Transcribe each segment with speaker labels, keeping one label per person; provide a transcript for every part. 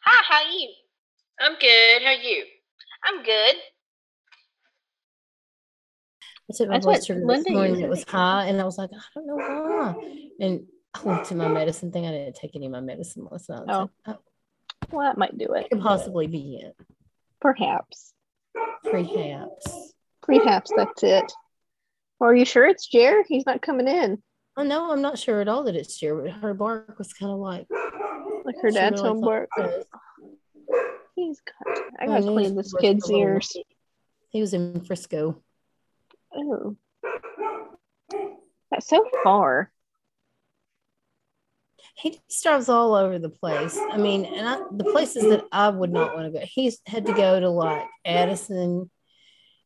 Speaker 1: How are you?
Speaker 2: I'm good. How are you?
Speaker 1: I'm good.
Speaker 3: I took my
Speaker 4: That's
Speaker 3: voice
Speaker 4: what
Speaker 3: to this
Speaker 4: Linda
Speaker 3: morning.
Speaker 4: used
Speaker 3: It
Speaker 4: to
Speaker 3: was
Speaker 4: take
Speaker 3: high, and I was like, I don't know why. And I went to my medicine thing. I didn't take any of my medicine last night. I was like, oh,
Speaker 4: Well, that might do it.
Speaker 3: it could possibly be it.
Speaker 4: Perhaps.
Speaker 3: Perhaps.
Speaker 4: Perhaps that's it. Well, are you sure it's Jer? He's not coming in.
Speaker 3: I know I'm not sure at all that it's Jared, but her bark was kind of like uh,
Speaker 4: Like her
Speaker 3: she
Speaker 4: dad's
Speaker 3: really
Speaker 4: homework.
Speaker 3: thought it was.
Speaker 4: He's got. I
Speaker 3: I
Speaker 4: gotta
Speaker 3: knew
Speaker 4: clean
Speaker 3: he
Speaker 4: this
Speaker 3: was
Speaker 4: kid's
Speaker 3: the little-
Speaker 4: ears.
Speaker 3: He was in Frisco.
Speaker 4: Oh, that's so far.
Speaker 3: He just drives all over the place. I mean, and I, the places that I would not want to go. He's had to go to like Addison,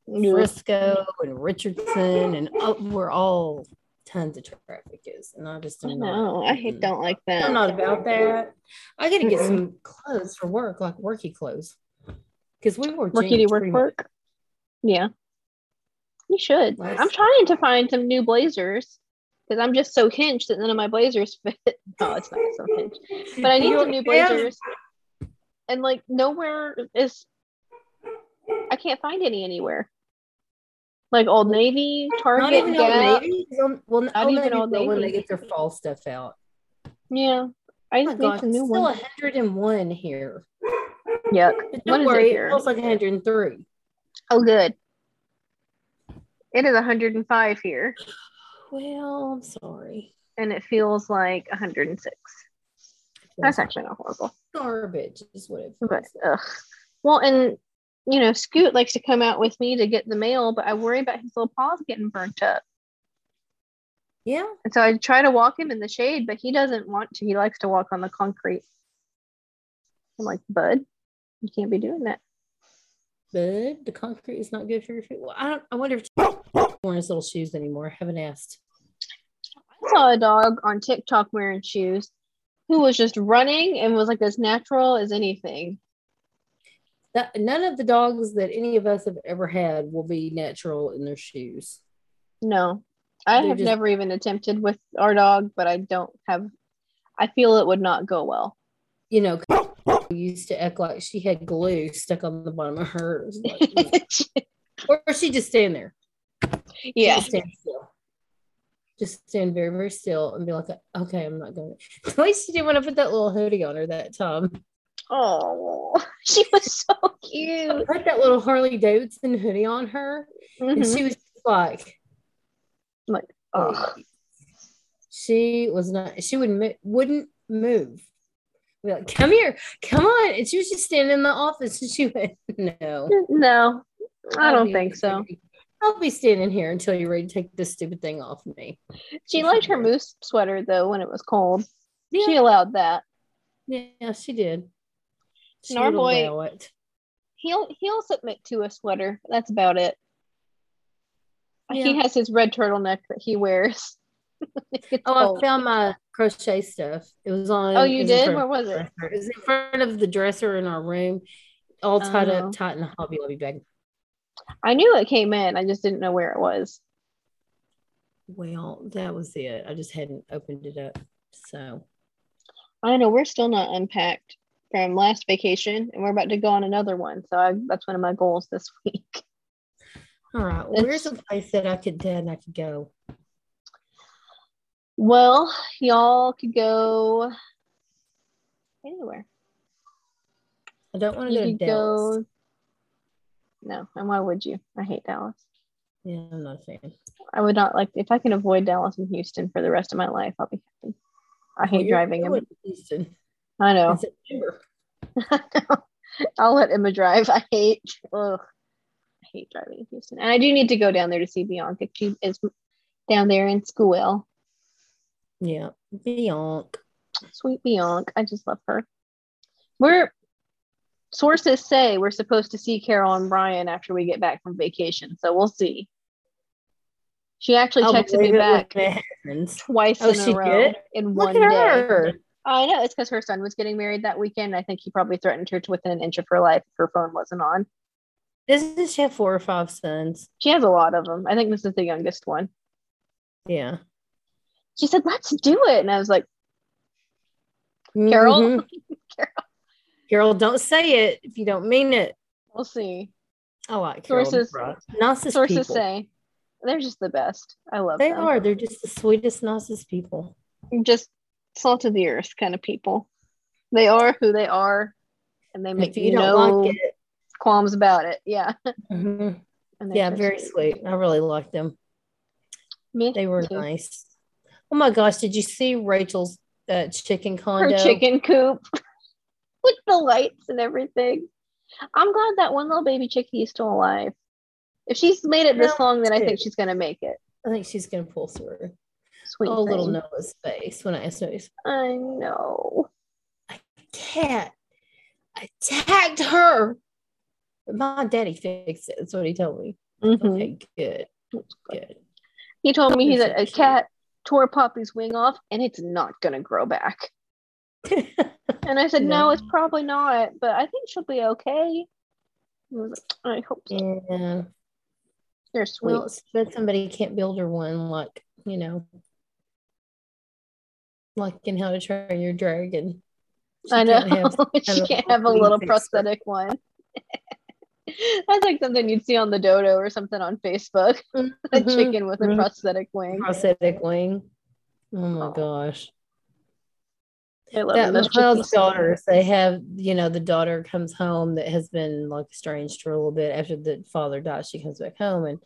Speaker 4: Yeah.
Speaker 3: Frisco, and Richardson, and up where all tons of traffic is. And I just
Speaker 4: I
Speaker 3: am not.
Speaker 4: know. I hate, don't like
Speaker 3: I'm
Speaker 4: that.
Speaker 3: not about that. I got to get some clothes for work, like worky clothes, because we wore
Speaker 4: Worky to
Speaker 3: jeans
Speaker 4: work
Speaker 3: pretty much.
Speaker 4: work. Yeah. You should.
Speaker 3: Nice.
Speaker 4: I'm trying to find some new blazers because I'm just so hinged that none of my blazers fit. no, it's not so hinged. But I need
Speaker 3: You-
Speaker 4: some new
Speaker 3: yeah.
Speaker 4: blazers. And like nowhere is I can't find any anywhere. Like Old Navy,
Speaker 3: Not
Speaker 4: Target,
Speaker 3: even Old
Speaker 4: Gap.
Speaker 3: Navy. 'cause I'm- Well, not
Speaker 4: even
Speaker 3: even
Speaker 4: Old
Speaker 3: when they
Speaker 4: Navy.
Speaker 3: get their fall stuff out.
Speaker 4: Yeah. I
Speaker 3: Oh my
Speaker 4: just need
Speaker 3: gosh,
Speaker 4: some
Speaker 3: it's
Speaker 4: new
Speaker 3: still
Speaker 4: ones.
Speaker 3: 101 here.
Speaker 4: Yuck.
Speaker 3: But
Speaker 4: What
Speaker 3: don't
Speaker 4: is it
Speaker 3: worry,
Speaker 4: here?
Speaker 3: it feels like 103.
Speaker 4: Oh good. It is 105 here
Speaker 3: Well, I'm sorry.
Speaker 4: and it feels like 106. That's actually not horrible.
Speaker 3: garbage, is what it
Speaker 4: But
Speaker 3: feels.
Speaker 4: ugh. Well, and you know, Scoot likes to come out with me to get the mail, but I worry about his little paws getting burnt up.
Speaker 3: Yeah,
Speaker 4: And so I try to walk him in the shade, but he doesn't want to. He likes to walk on the concrete. I'm like, bud, you can't be doing that.
Speaker 3: but the concrete is not good for your feet. Well, I don't. I wonder if she's wearing his little shoes anymore. I haven't asked.
Speaker 4: I saw a dog on TikTok wearing shoes who was just running and was like as natural as anything.
Speaker 3: That, none of the dogs that any of us have ever had will be natural in their shoes.
Speaker 4: No, I
Speaker 3: They're
Speaker 4: have
Speaker 3: just-
Speaker 4: never even attempted with our dog, but I don't have, I feel it would not go well.
Speaker 3: You know, 'cause she used to act like she had glue stuck on the bottom of hers, or she just stand there.
Speaker 4: yeah.
Speaker 3: Just stand still. Just stand very, very still and be like, okay, I'm not going. At least she didn't want to put that little hoodie on her that time.
Speaker 4: Oh, she was so
Speaker 3: I
Speaker 4: cute.
Speaker 3: put that little Harley Davidson hoodie on her, and
Speaker 4: Mhm.
Speaker 3: she was just like,
Speaker 4: Ugh.
Speaker 3: she was not. She would mo- wouldn't move. Be like, come here, come on. And she was just standing in the office, and she went, no.
Speaker 4: No, I
Speaker 3: I'll
Speaker 4: don't
Speaker 3: be-
Speaker 4: think so.
Speaker 3: I'll be standing here until you're ready to take this stupid thing off me.
Speaker 4: She liked her
Speaker 3: Yeah.
Speaker 4: moose sweater though when it was cold.
Speaker 3: Yeah.
Speaker 4: She allowed that.
Speaker 3: Yeah, she did. She
Speaker 4: And our
Speaker 3: would
Speaker 4: boy-
Speaker 3: allow it.
Speaker 4: He'll he'll submit to a sweater. That's about it. He
Speaker 3: Yeah.
Speaker 4: has his red turtleneck that he wears. It's
Speaker 3: Oh, I
Speaker 4: cold.
Speaker 3: found my crochet stuff. It was on.
Speaker 4: oh,
Speaker 3: it
Speaker 4: you
Speaker 3: was in
Speaker 4: did?
Speaker 3: front
Speaker 4: Where
Speaker 3: of
Speaker 4: was
Speaker 3: the
Speaker 4: it?
Speaker 3: dresser. It was in front of the dresser in our room, all tied
Speaker 4: Oh.
Speaker 3: up, tight in a Hobby Lobby bag.
Speaker 4: I knew it came in. I just didn't know where it was.
Speaker 3: Well, that was it. I just hadn't opened it up. So
Speaker 4: I know we're still not unpacked from last vacation, and we're about to go on another one. So I, that's one of my goals this week.
Speaker 3: all right,
Speaker 4: That's-
Speaker 3: where's a place that I could that I could go?
Speaker 4: Well, y'all could go anywhere.
Speaker 3: I don't want to
Speaker 4: You
Speaker 3: go to
Speaker 4: could
Speaker 3: Dallas.
Speaker 4: go. No, and why would you? I hate Dallas.
Speaker 3: Yeah, I'm not a fan.
Speaker 4: I would not like if I can avoid Dallas and Houston for the rest of my life. I'll be happy. I hate
Speaker 3: You're
Speaker 4: driving
Speaker 3: going
Speaker 4: him.
Speaker 3: to Houston
Speaker 4: I
Speaker 3: in
Speaker 4: know.
Speaker 3: September.
Speaker 4: I'll let Emma drive. I hate. Ugh. I hate driving in Houston, and I do need to go down there to see Bianca. She is down there in school.
Speaker 3: Yeah, Beyonc.
Speaker 4: Sweet Bianca, I just love her. We're sources say we're supposed to see Carol and Brian after we get back from vacation, so we'll see. She actually
Speaker 3: I'll
Speaker 4: texted me
Speaker 3: believe Oh, it when
Speaker 4: back
Speaker 3: it happens.
Speaker 4: twice
Speaker 3: Oh,
Speaker 4: in
Speaker 3: she
Speaker 4: a row
Speaker 3: did?
Speaker 4: in
Speaker 3: Look
Speaker 4: one
Speaker 3: at
Speaker 4: day.
Speaker 3: her.
Speaker 4: I know it's because her son was getting married that weekend. I think he probably threatened her to within an inch of her life if her phone wasn't on.
Speaker 3: Doesn't she have four or five sons?
Speaker 4: She has a lot of them. I think this is the youngest one.
Speaker 3: Yeah.
Speaker 4: She said, "Let's do it," and I was like, "Carol,
Speaker 3: Mhm.
Speaker 4: Carol,
Speaker 3: Carol, don't say it if you don't mean it.
Speaker 4: We'll see.
Speaker 3: I like Carol.
Speaker 4: Sources-
Speaker 3: Bryant. Narcissist
Speaker 4: Sources
Speaker 3: people.
Speaker 4: say they're just the best. I love
Speaker 3: they
Speaker 4: them.
Speaker 3: are. They're just the sweetest, nicest people.
Speaker 4: just salt of the earth kind of people. They are who they are, and they
Speaker 3: And
Speaker 4: make
Speaker 3: if you
Speaker 4: no
Speaker 3: don't like it,
Speaker 4: qualms about it. Yeah.
Speaker 3: mhm.
Speaker 4: And they're
Speaker 3: yeah,
Speaker 4: just
Speaker 3: very sweet. I really liked them.
Speaker 4: Me
Speaker 3: They were
Speaker 4: too.
Speaker 3: nice. Oh my gosh, did you see Rachel's uh, chicken
Speaker 4: Her
Speaker 3: condo?
Speaker 4: chicken coop with the lights and everything. I'm glad that one little baby chickie is still alive. If she's made it this
Speaker 3: No,
Speaker 4: long, then I think
Speaker 3: too.
Speaker 4: she's gonna make it.
Speaker 3: I think she's gonna pull through.
Speaker 4: Sweet
Speaker 3: oh, little
Speaker 4: thing.
Speaker 3: Noah's face when I asked Noah's
Speaker 4: I know.
Speaker 3: cat attacked her. But my daddy fixed it. That's what he told me.
Speaker 4: Mhm.
Speaker 3: Okay, good. Good.
Speaker 4: He told me
Speaker 3: Puppies
Speaker 4: that
Speaker 3: are
Speaker 4: a
Speaker 3: cute.
Speaker 4: cat tore Poppy's wing off and it's not going to grow back. And I said, no.
Speaker 3: No.
Speaker 4: it's probably not, but I think she'll be okay. I was like, I hope so.
Speaker 3: yeah.
Speaker 4: They're sweet.
Speaker 3: Well, it's that somebody can't build her one like, you know, like in How to Train Your Dragon. She
Speaker 4: I
Speaker 3: can't
Speaker 4: know.
Speaker 3: have-
Speaker 4: she
Speaker 3: a
Speaker 4: can't
Speaker 3: little
Speaker 4: have a
Speaker 3: wing
Speaker 4: little
Speaker 3: fixer.
Speaker 4: prosthetic one. That's like something you'd see on the dodo or something on Facebook. a
Speaker 3: Mhm.
Speaker 4: chicken with a
Speaker 3: Mhm.
Speaker 4: prosthetic wing.
Speaker 3: prosthetic wing. Oh my
Speaker 4: Oh.
Speaker 3: gosh.
Speaker 4: I love
Speaker 3: That
Speaker 4: those
Speaker 3: McCloud's
Speaker 4: chickies.
Speaker 3: daughters, they have, you know, the daughter comes home that has been like estranged for a little bit after the father dies. She comes back home and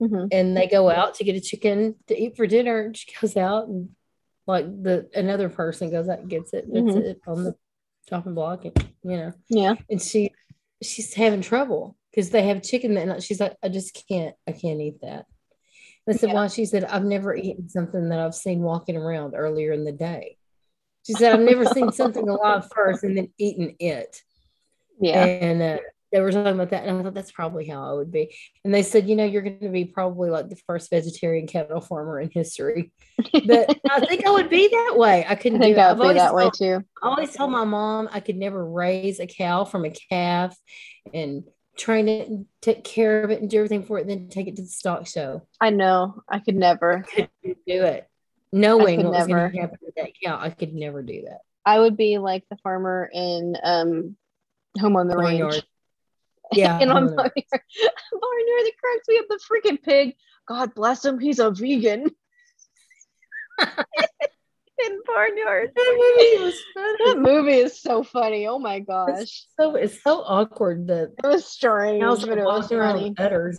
Speaker 4: Mhm.
Speaker 3: and they go out to get a chicken to eat for dinner. And she goes out and like the another person goes out and gets it, puts
Speaker 4: Mhm.
Speaker 3: it on the chopping block, and you know,
Speaker 4: Yeah.
Speaker 3: and she she's having trouble because they have chicken that night. She's like, I just can't, I can't eat that. And I said,
Speaker 4: Yeah.
Speaker 3: Why? She said, I've never eaten something that I've seen walking around earlier in the day. She said, I've never seen something alive first and then eaten it.
Speaker 4: Yeah.
Speaker 3: And uh, they were talking about that, and I thought that's probably how I would be. And they said, you know, you're going to be probably like the first vegetarian cattle farmer in history. But I think I would be that way. I
Speaker 4: I
Speaker 3: couldn't
Speaker 4: think
Speaker 3: do it.
Speaker 4: I
Speaker 3: I've
Speaker 4: would be
Speaker 3: always
Speaker 4: that way
Speaker 3: told-
Speaker 4: too.
Speaker 3: I always told my mom I could never raise a cow from a calf and train it and take care of it and do everything for it, and then take it to the stock show.
Speaker 4: I know. I could never.
Speaker 3: Do it knowing
Speaker 4: could
Speaker 3: what was going
Speaker 4: never.
Speaker 3: to happen to that cow. I could never do that.
Speaker 4: I would be like the farmer in um Home on the Range.
Speaker 3: Barnyard. Yeah.
Speaker 4: and I'm
Speaker 3: I'm like,
Speaker 4: Barnyard. Barnyard that cracks me up. The freaking pig. God bless him. He's a vegan. in Barnyard.
Speaker 3: that movie was
Speaker 4: That
Speaker 3: funny.
Speaker 4: movie is so funny. Oh my gosh.
Speaker 3: So it's so awkward that
Speaker 4: It was strange,
Speaker 3: I was
Speaker 4: but it was
Speaker 3: walking around
Speaker 4: funny.
Speaker 3: with udders.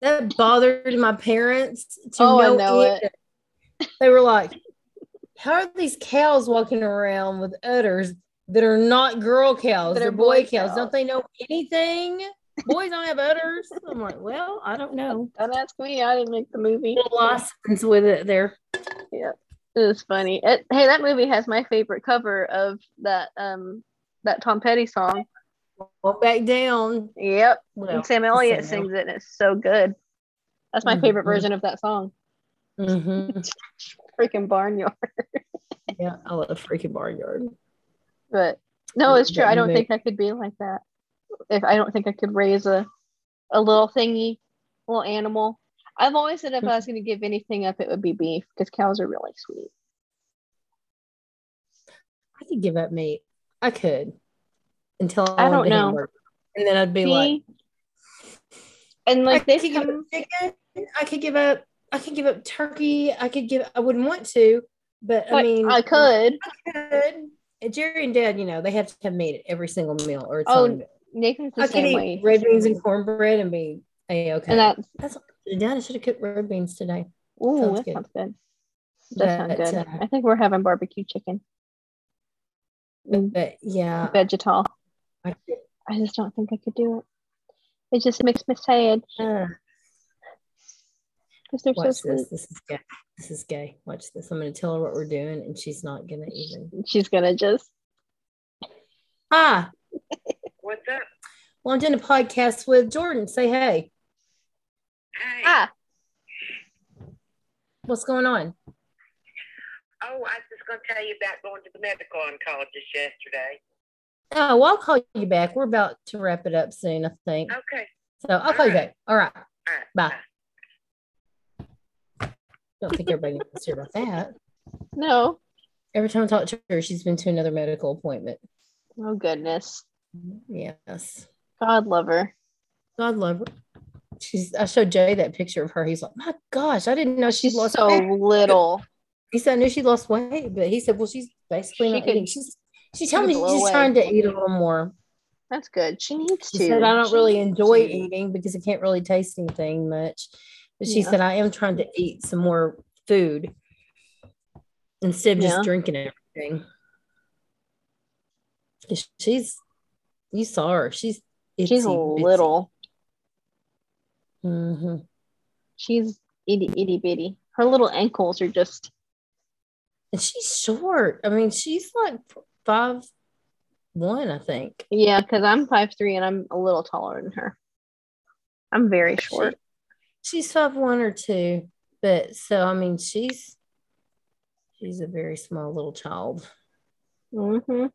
Speaker 3: That bothered my parents to
Speaker 4: Oh, I
Speaker 3: no
Speaker 4: know it.
Speaker 3: end. They were like, "How are these cows walking around with udders that are not girl cows?
Speaker 4: That are
Speaker 3: They're boy,
Speaker 4: boy
Speaker 3: cows.
Speaker 4: cows."
Speaker 3: Don't they know anything? Boys don't have udders." I'm like, "Well, I don't know."
Speaker 4: Don't ask me. I didn't make the movie.
Speaker 3: Little license with it there.
Speaker 4: It was funny. It- hey, that movie has my favorite cover of that um that Tom Petty song.
Speaker 3: Well, back down.
Speaker 4: Yep.
Speaker 3: Well,
Speaker 4: and Sam Elliott
Speaker 3: Sam Elliott.
Speaker 4: sings it and it's so good. That's my favorite
Speaker 3: Mhm.
Speaker 4: version of that song.
Speaker 3: mhm.
Speaker 4: Freaking Barnyard.
Speaker 3: yeah, I love freaking barnyard.
Speaker 4: But no, it's
Speaker 3: That
Speaker 4: true. I don't
Speaker 3: movie.
Speaker 4: think I could be like that. If I don't think I could raise a a little thingy, little animal. I've always said if I was going to give anything up, it would be beef because cows are really sweet.
Speaker 3: I could give up meat. I could until I,
Speaker 4: I
Speaker 3: wanted
Speaker 4: don't
Speaker 3: a
Speaker 4: know.
Speaker 3: hamburger. and then I'd be
Speaker 4: See?
Speaker 3: like,
Speaker 4: and like
Speaker 3: I
Speaker 4: they've
Speaker 3: could give up
Speaker 4: come,
Speaker 3: chicken. I could give up. I could give up turkey. I could give. I wouldn't want to, but I
Speaker 4: like,
Speaker 3: mean,
Speaker 4: I could.
Speaker 3: I could. And Jerry and Dad, you know, they have to have meat at every single meal, or it's
Speaker 4: Oh,
Speaker 3: not-
Speaker 4: Nathan's the
Speaker 3: I could
Speaker 4: same
Speaker 3: eat
Speaker 4: way.
Speaker 3: red beans and cornbread and be a okay.
Speaker 4: and that's
Speaker 3: That's what I should have done. I should have cooked red beans today.
Speaker 4: ooh,
Speaker 3: Sounds
Speaker 4: that
Speaker 3: good.
Speaker 4: sounds good. That sounds
Speaker 3: But,
Speaker 4: good.
Speaker 3: uh,
Speaker 4: I think we're having barbecue chicken, Mm,
Speaker 3: But yeah,
Speaker 4: vegetal.
Speaker 3: I could,
Speaker 4: I just don't think I could do it. It just makes me sad
Speaker 3: uh,
Speaker 4: because they're
Speaker 3: watch
Speaker 4: so sweet.
Speaker 3: this. This is gay. This is gay. Watch this. I'm going to tell her what we're doing, and she's not going to even.
Speaker 4: She's gonna just
Speaker 3: Ah,
Speaker 2: What's up?
Speaker 3: well, I'm doing a podcast with Jordan. Say hey.
Speaker 2: Hey.
Speaker 4: ah.
Speaker 3: What's going on?
Speaker 2: Oh, I was just going to tell you about going to the medical oncologist yesterday.
Speaker 3: Oh, well, I'll call you back. We're about to wrap it up soon, I think.
Speaker 2: Okay.
Speaker 3: So I'll call you back. All right.
Speaker 2: All right.
Speaker 3: Bye. Don't think everybody wants to hear about that.
Speaker 4: No.
Speaker 3: Every time I talk to her, she's been to another medical appointment.
Speaker 4: Oh goodness.
Speaker 3: Yes.
Speaker 4: God love her.
Speaker 3: God love her. She's I showed Jay that picture of her. He's like, My gosh, I didn't know she
Speaker 4: She's
Speaker 3: lost
Speaker 4: so
Speaker 3: weight.
Speaker 4: little.
Speaker 3: He said I knew she lost weight, but he said, Well, she's basically
Speaker 4: She
Speaker 3: not
Speaker 4: could-
Speaker 3: eating. She's she told
Speaker 4: could
Speaker 3: me
Speaker 4: blow
Speaker 3: she's
Speaker 4: away.
Speaker 3: trying to eat a little more.
Speaker 4: That's good. She needs
Speaker 3: She
Speaker 4: to.
Speaker 3: said, I don't
Speaker 4: She
Speaker 3: really
Speaker 4: needs
Speaker 3: enjoy
Speaker 4: to.
Speaker 3: eating because I can't really taste anything much. But she
Speaker 4: Yeah.
Speaker 3: said, I am trying to eat some more food instead of
Speaker 4: Yeah.
Speaker 3: just drinking everything. 'Cause She's, you saw her. She's,
Speaker 4: She's little.
Speaker 3: hmm
Speaker 4: She's itty itty bitty. Her little ankles are just
Speaker 3: And she's short. I mean, she's like five one, I think.
Speaker 4: yeah, because I'm five three and I'm a little taller than her. I'm very short.
Speaker 3: She's five one or two, but so I mean, she's she's a very small little child.
Speaker 4: hmm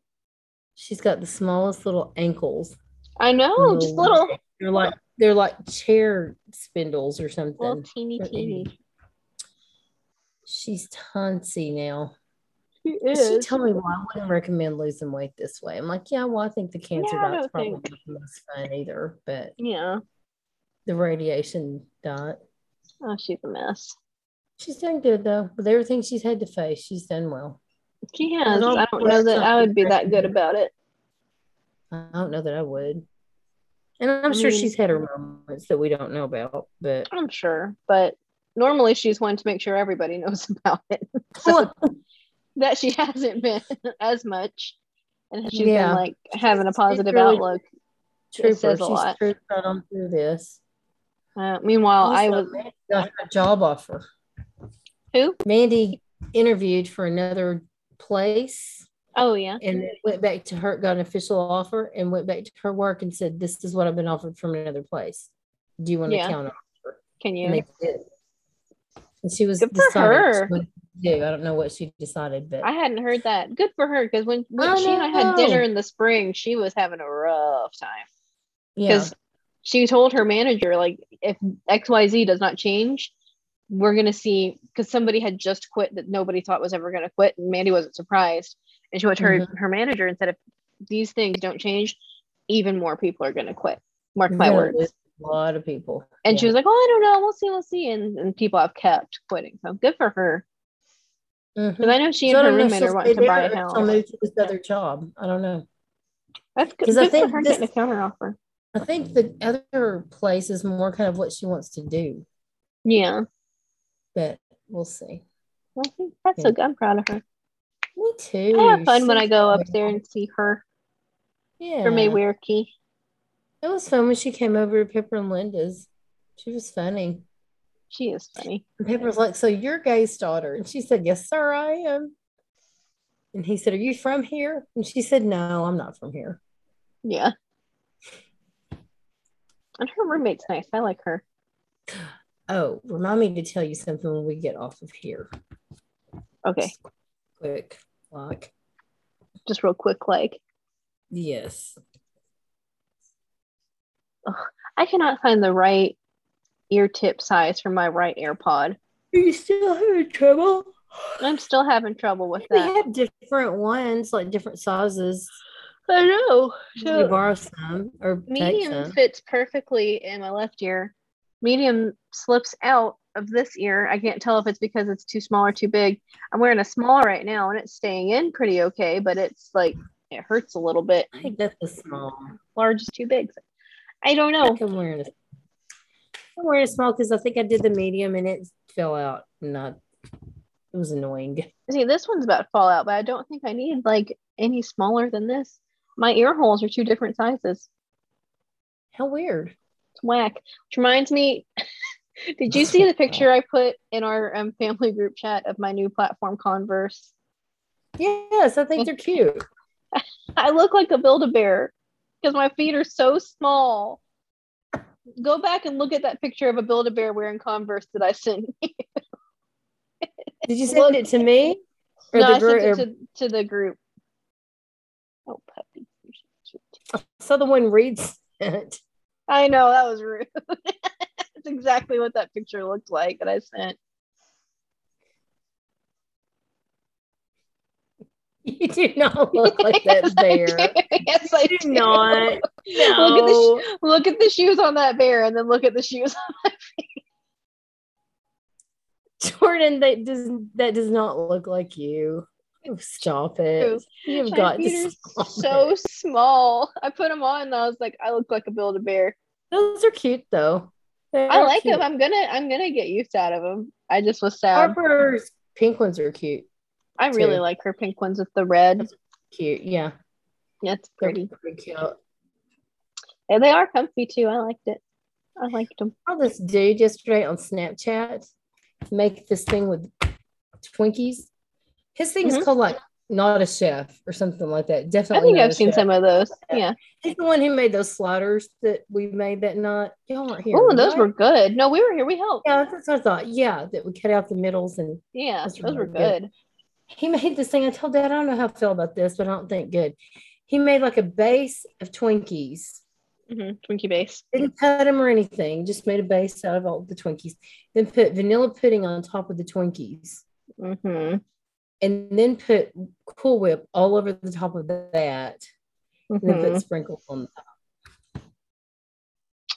Speaker 3: She's got the smallest little ankles.
Speaker 4: I know, just
Speaker 3: No.
Speaker 4: little,
Speaker 3: They're like they're like chair spindles or
Speaker 4: little
Speaker 3: something.
Speaker 4: teeny
Speaker 3: They're
Speaker 4: teeny.
Speaker 3: She's tonsy now.
Speaker 4: She
Speaker 3: She
Speaker 4: is.
Speaker 3: told me, "Well, I wouldn't recommend losing weight this way." I'm like, "Yeah, well, I think the cancer
Speaker 4: Yeah, I
Speaker 3: diet's
Speaker 4: don't
Speaker 3: probably
Speaker 4: think-
Speaker 3: not the most fun either, but
Speaker 4: yeah.
Speaker 3: the radiation diet."
Speaker 4: Oh, she's a mess.
Speaker 3: She's done good though. With everything she's had to face, she's done well.
Speaker 4: She has.
Speaker 3: all
Speaker 4: I don't know that I would be that good about it.
Speaker 3: I don't know that I would. And I'm
Speaker 4: I
Speaker 3: sure
Speaker 4: mean-
Speaker 3: she's had her moments that we don't know about, but
Speaker 4: I'm sure, but normally she's one to make sure everybody knows about it. So
Speaker 3: Well,
Speaker 4: that she hasn't been as much, and she's
Speaker 3: Yeah.
Speaker 4: been like having a positive
Speaker 3: really-
Speaker 4: outlook.
Speaker 3: trooper,
Speaker 4: says a
Speaker 3: she's
Speaker 4: lot.
Speaker 3: trooped right on through this.
Speaker 4: Uh, meanwhile, I
Speaker 3: Also,
Speaker 4: was
Speaker 3: Mandy got a job offer.
Speaker 4: who?
Speaker 3: Mandy interviewed for another place
Speaker 4: Oh yeah,
Speaker 3: and then went back to her, got an official offer, and went back to her work and said, "This is what I've been offered from another place. Do you want to
Speaker 4: Yeah.
Speaker 3: count on?"
Speaker 4: can you?
Speaker 3: And they did. And she was
Speaker 4: Good for her.
Speaker 3: deciding what to do. I don't know what she decided, but
Speaker 4: I hadn't heard that. Good for her because when, when
Speaker 3: I
Speaker 4: she and I
Speaker 3: know.
Speaker 4: had dinner in the spring, she was having a rough time
Speaker 3: yeah,
Speaker 4: because she told her manager like if X Y Z does not change. We're gonna see because somebody had just quit that nobody thought was ever gonna quit, and Mandy wasn't surprised. And she went to her,
Speaker 3: Mm-hmm.
Speaker 4: her manager and said, "If these things don't change, even more people are gonna quit." Mark
Speaker 3: we're
Speaker 4: my
Speaker 3: gonna
Speaker 4: words.
Speaker 3: lose a lot of people.
Speaker 4: And
Speaker 3: yeah.
Speaker 4: she was like, "Oh, I don't know. We'll see. We'll see." And, and people have kept quitting. So good for her.
Speaker 3: Mhm.
Speaker 4: Because I know she
Speaker 3: So I
Speaker 4: and
Speaker 3: don't
Speaker 4: her
Speaker 3: know if
Speaker 4: roommate are
Speaker 3: she'll
Speaker 4: wanting
Speaker 3: stay
Speaker 4: to buy
Speaker 3: there
Speaker 4: a
Speaker 3: or
Speaker 4: house.
Speaker 3: She'll move to this other job. I don't know.
Speaker 4: That's good,
Speaker 3: 'Cause
Speaker 4: good
Speaker 3: I
Speaker 4: for
Speaker 3: think
Speaker 4: her
Speaker 3: this-
Speaker 4: getting a counter offer.
Speaker 3: I think the other place is more kind of what she wants to do,
Speaker 4: Yeah,
Speaker 3: but we'll see.
Speaker 4: I think that's so
Speaker 3: Yeah.
Speaker 4: good. I'm proud of her.
Speaker 3: Me too.
Speaker 4: I have fun when I
Speaker 3: She's
Speaker 4: go up
Speaker 3: good.
Speaker 4: there and see her
Speaker 3: Yeah,
Speaker 4: for my weird key.
Speaker 3: it was fun when she came over to Pepper and Linda's. She was funny.
Speaker 4: She is funny.
Speaker 3: And Pepper's like, "So you're Gay's daughter?" And she said, "Yes, sir, I am." And he said, "Are you from here?" And she said, "No, I'm not from here."
Speaker 4: Yeah. And her roommate's nice. I like her.
Speaker 3: Oh, remind me to tell you something when we get off of here.
Speaker 4: Okay,
Speaker 3: Quick, like
Speaker 4: just real quick, like
Speaker 3: yes.
Speaker 4: I cannot find the right ear tip size for my right AirPod.
Speaker 3: Are you still having trouble?
Speaker 4: I'm still having trouble with
Speaker 3: We
Speaker 4: that.
Speaker 3: have different ones, like different sizes.
Speaker 4: I know.
Speaker 3: we
Speaker 4: So
Speaker 3: borrow some or take
Speaker 4: medium
Speaker 3: some.
Speaker 4: fits perfectly in my left ear. Medium slips out of this ear. I can't tell if it's because it's too small or too big. I'm wearing a small right now and it's staying in pretty okay, but it's like it hurts a little bit.
Speaker 3: I think that's a small.
Speaker 4: Large is too big. I don't
Speaker 3: I
Speaker 4: know.
Speaker 3: think I'm wearing a, I'm wearing a small because I think I did the medium and it fell out. Not it was annoying.
Speaker 4: See, this one's about to fall out, but I don't think I need like any smaller than this. My ear holes are two different sizes.
Speaker 3: How weird.
Speaker 4: It's whack. Which reminds me, did you see the picture I put in our um, family group chat of my new platform Converse?
Speaker 3: Yes, I think they're cute.
Speaker 4: I look like a Build a Bear because my feet are so small. Go back and look at that picture of a Build a Bear wearing Converse that I sent. you.
Speaker 3: Did you send it to me? Or
Speaker 4: no,
Speaker 3: the
Speaker 4: I sent
Speaker 3: gr- or-
Speaker 4: it to, to the group. Oh, puppy. you're so cute.
Speaker 3: So the one reads it.
Speaker 4: I know that was rude. That's exactly what that picture looked like that I sent.
Speaker 3: You do not look like that's there.
Speaker 4: yes, I
Speaker 3: You
Speaker 4: do.
Speaker 3: do not. No.
Speaker 4: Look at the sh- look at the shoes on that bear, and then look at the shoes.
Speaker 3: Jordan, that does that does not look like you. Oh, stop it. You've
Speaker 4: My
Speaker 3: got
Speaker 4: feet
Speaker 3: to
Speaker 4: are
Speaker 3: stop
Speaker 4: so
Speaker 3: it.
Speaker 4: small. I put them on, and I was like, I look like a build a bear.
Speaker 3: Those are cute though. They
Speaker 4: I
Speaker 3: are
Speaker 4: like
Speaker 3: cute.
Speaker 4: them. I'm gonna I'm gonna get used out of them. I just was sad.
Speaker 3: Harper's pink ones are cute.
Speaker 4: I really
Speaker 3: too.
Speaker 4: like her pink ones with the red.
Speaker 3: Cute, yeah.
Speaker 4: Yeah, it's
Speaker 3: They're
Speaker 4: pretty,
Speaker 3: pretty cute.
Speaker 4: and they are comfy too. I liked it. I liked them.
Speaker 3: saw this dude yesterday on Snapchat make this thing with Twinkies. His thing
Speaker 4: Mhm.
Speaker 3: is called like not a chef or something like that.
Speaker 4: I
Speaker 3: Definitely,
Speaker 4: think
Speaker 3: Not
Speaker 4: I've
Speaker 3: a
Speaker 4: seen
Speaker 3: Chef.
Speaker 4: some of those.
Speaker 3: Yeah.
Speaker 4: Yeah.
Speaker 3: He's the one who made those sliders that we made that night. Y'all weren't here.
Speaker 4: Oh,
Speaker 3: were
Speaker 4: those
Speaker 3: you?
Speaker 4: were good. No, we were here. We helped.
Speaker 3: Yeah, that's what I thought. Yeah, that we cut out the middles and
Speaker 4: Yeah,
Speaker 3: Those
Speaker 4: those,
Speaker 3: were really
Speaker 4: were
Speaker 3: good.
Speaker 4: good.
Speaker 3: he made this thing. I told Dad I don't know how I feel about this, but I don't think good. He made like a base of Twinkies.
Speaker 4: hmm Twinkie base.
Speaker 3: Didn't cut them or anything. Just made a base out of all the Twinkies. Then put vanilla pudding on top of the Twinkies.
Speaker 4: Mm-hmm.
Speaker 3: and then put Cool Whip all over the top of that, and
Speaker 4: Mm-hmm.
Speaker 3: then
Speaker 4: Hmm.
Speaker 3: put sprinkles on. Top.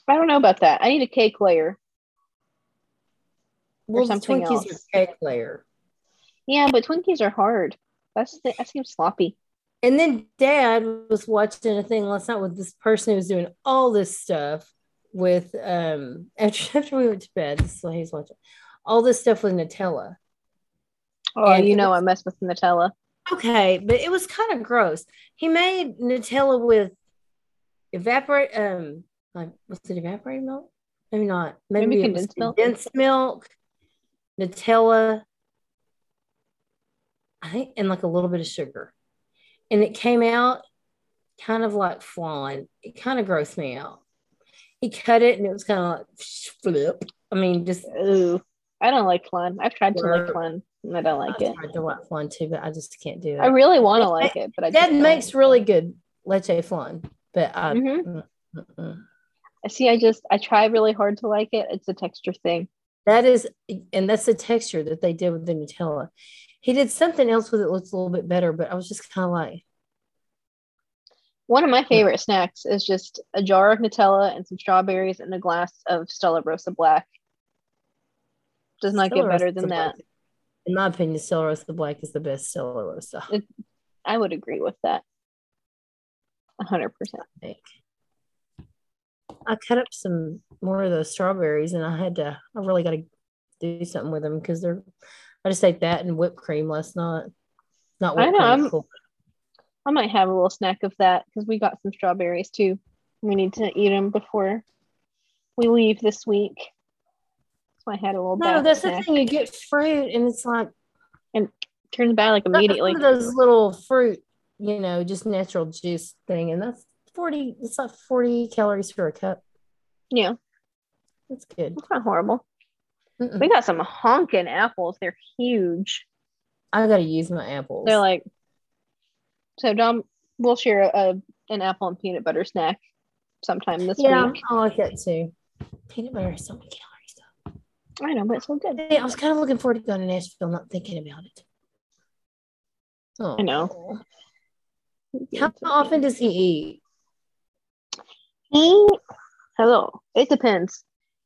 Speaker 4: I don't know about that. I need a cake layer.
Speaker 3: Well, the
Speaker 4: something
Speaker 3: Twinkies are
Speaker 4: else.
Speaker 3: cake layer,
Speaker 4: Yeah, but Twinkies are hard. That's the, that seems sloppy.
Speaker 3: and then Dad was watching a thing last night with this person who was doing all this stuff with um after after we went to bed. This is what he was watching. All this stuff with Nutella.
Speaker 4: Oh,
Speaker 3: And
Speaker 4: you
Speaker 3: it
Speaker 4: know
Speaker 3: was-
Speaker 4: I mess with Nutella.
Speaker 3: Okay, but it was kind of gross. He made Nutella with evaporate um like what's it evaporated milk? Maybe not. Maybe,
Speaker 4: Maybe
Speaker 3: it was
Speaker 4: condensed milk?
Speaker 3: condensed milk, Nutella, I think, and like a little bit of sugar. And it came out kind of like flan. It kind of grossed me out. He cut it and it was kind of like flip. I mean, just
Speaker 4: Ooh, I don't like flan. I've tried to like
Speaker 3: Sure.
Speaker 4: flan, and I don't like
Speaker 3: I
Speaker 4: it.
Speaker 3: tried the white flan too, but I just can't do it.
Speaker 4: I really want to
Speaker 3: It-
Speaker 4: like it, but I just
Speaker 3: Dad
Speaker 4: don't.
Speaker 3: makes really good leche flan, but uh, I
Speaker 4: Mhm.
Speaker 3: mm-mm.
Speaker 4: See, I just I try really hard to like it. It's a texture thing.
Speaker 3: that is, and that's the texture that they did with the Nutella. He did something else with it looks a little bit better, but I was just kind of like,
Speaker 4: One of
Speaker 3: Mm-hmm.
Speaker 4: my favorite snacks is just a jar of Nutella and some strawberries and a glass of Stella Rosa Black. Does not
Speaker 3: Stella
Speaker 4: get better
Speaker 3: Rosa
Speaker 4: than that.
Speaker 3: Black- in my opinion, Stella Rosa Black is the best Stella Rosa.
Speaker 4: It- I would agree with that. A hundred percent.
Speaker 3: I think. I cut up some more of those strawberries, and I had to. I really got to do something with them because they're. I just ate that and whipped cream last night. Not
Speaker 4: I
Speaker 3: whipped
Speaker 4: know,
Speaker 3: cream.
Speaker 4: I'm-
Speaker 3: cool.
Speaker 4: I might have a little snack of that because we got some strawberries too. We need to eat them before we leave this week. So I had a little bit.
Speaker 3: No, that's the
Speaker 4: snack.
Speaker 3: thing. You get fruit, and it's like.
Speaker 4: Turns bad like
Speaker 3: That's
Speaker 4: immediately.
Speaker 3: one of those little fruit, you know, just natural juice thing, and that's forty. It's like forty calories for a cup.
Speaker 4: Yeah,
Speaker 3: That's good.
Speaker 4: it's not horrible.
Speaker 3: Mm-mm.
Speaker 4: We got some honking apples. They're huge.
Speaker 3: I gotta use my apples.
Speaker 4: They're like, so Dom, we'll share a, a an apple and peanut butter snack sometime this
Speaker 3: yeah,
Speaker 4: week.
Speaker 3: I like that too. Peanut butter has so many calories. Though.
Speaker 4: I know, but it's so good.
Speaker 3: Hey, I was kind of looking forward to going to Nashville, not thinking about it. Oh,
Speaker 4: I know.
Speaker 3: How often does he eat?
Speaker 4: He, hello. It depends.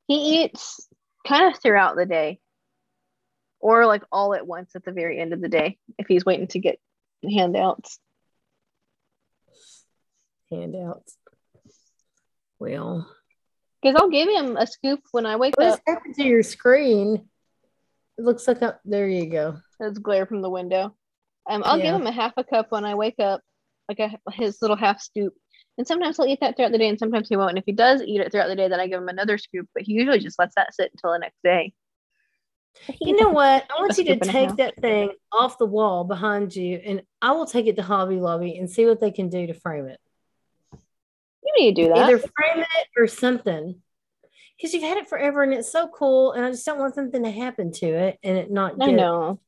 Speaker 4: He eats kind of throughout the day, or like all at once at the very end of the day if he's waiting to get handouts.
Speaker 3: Handouts. Well,
Speaker 4: Because I'll give him a scoop when I wake
Speaker 3: what has
Speaker 4: up.
Speaker 3: happened to your screen? It looks like a, there you go.
Speaker 4: It's glare from the window. Um, I'll
Speaker 3: Yeah.
Speaker 4: give him a half a cup when I wake up, like a, his little half scoop. And sometimes he'll eat that throughout the day, and sometimes he won't. And if he does eat it throughout the day, then I give him another scoop. But he usually just lets that sit until the next day.
Speaker 3: You know what? I want
Speaker 4: a
Speaker 3: you to
Speaker 4: scoop and a
Speaker 3: take
Speaker 4: half.
Speaker 3: that thing off the wall behind you, and I will take it to Hobby Lobby and see what they can do to frame it.
Speaker 4: You need to do that.
Speaker 3: Either frame it or something. Because you've had it forever and it's so cool, and I just don't want something to happen to it and it not
Speaker 4: I
Speaker 3: get,
Speaker 4: know.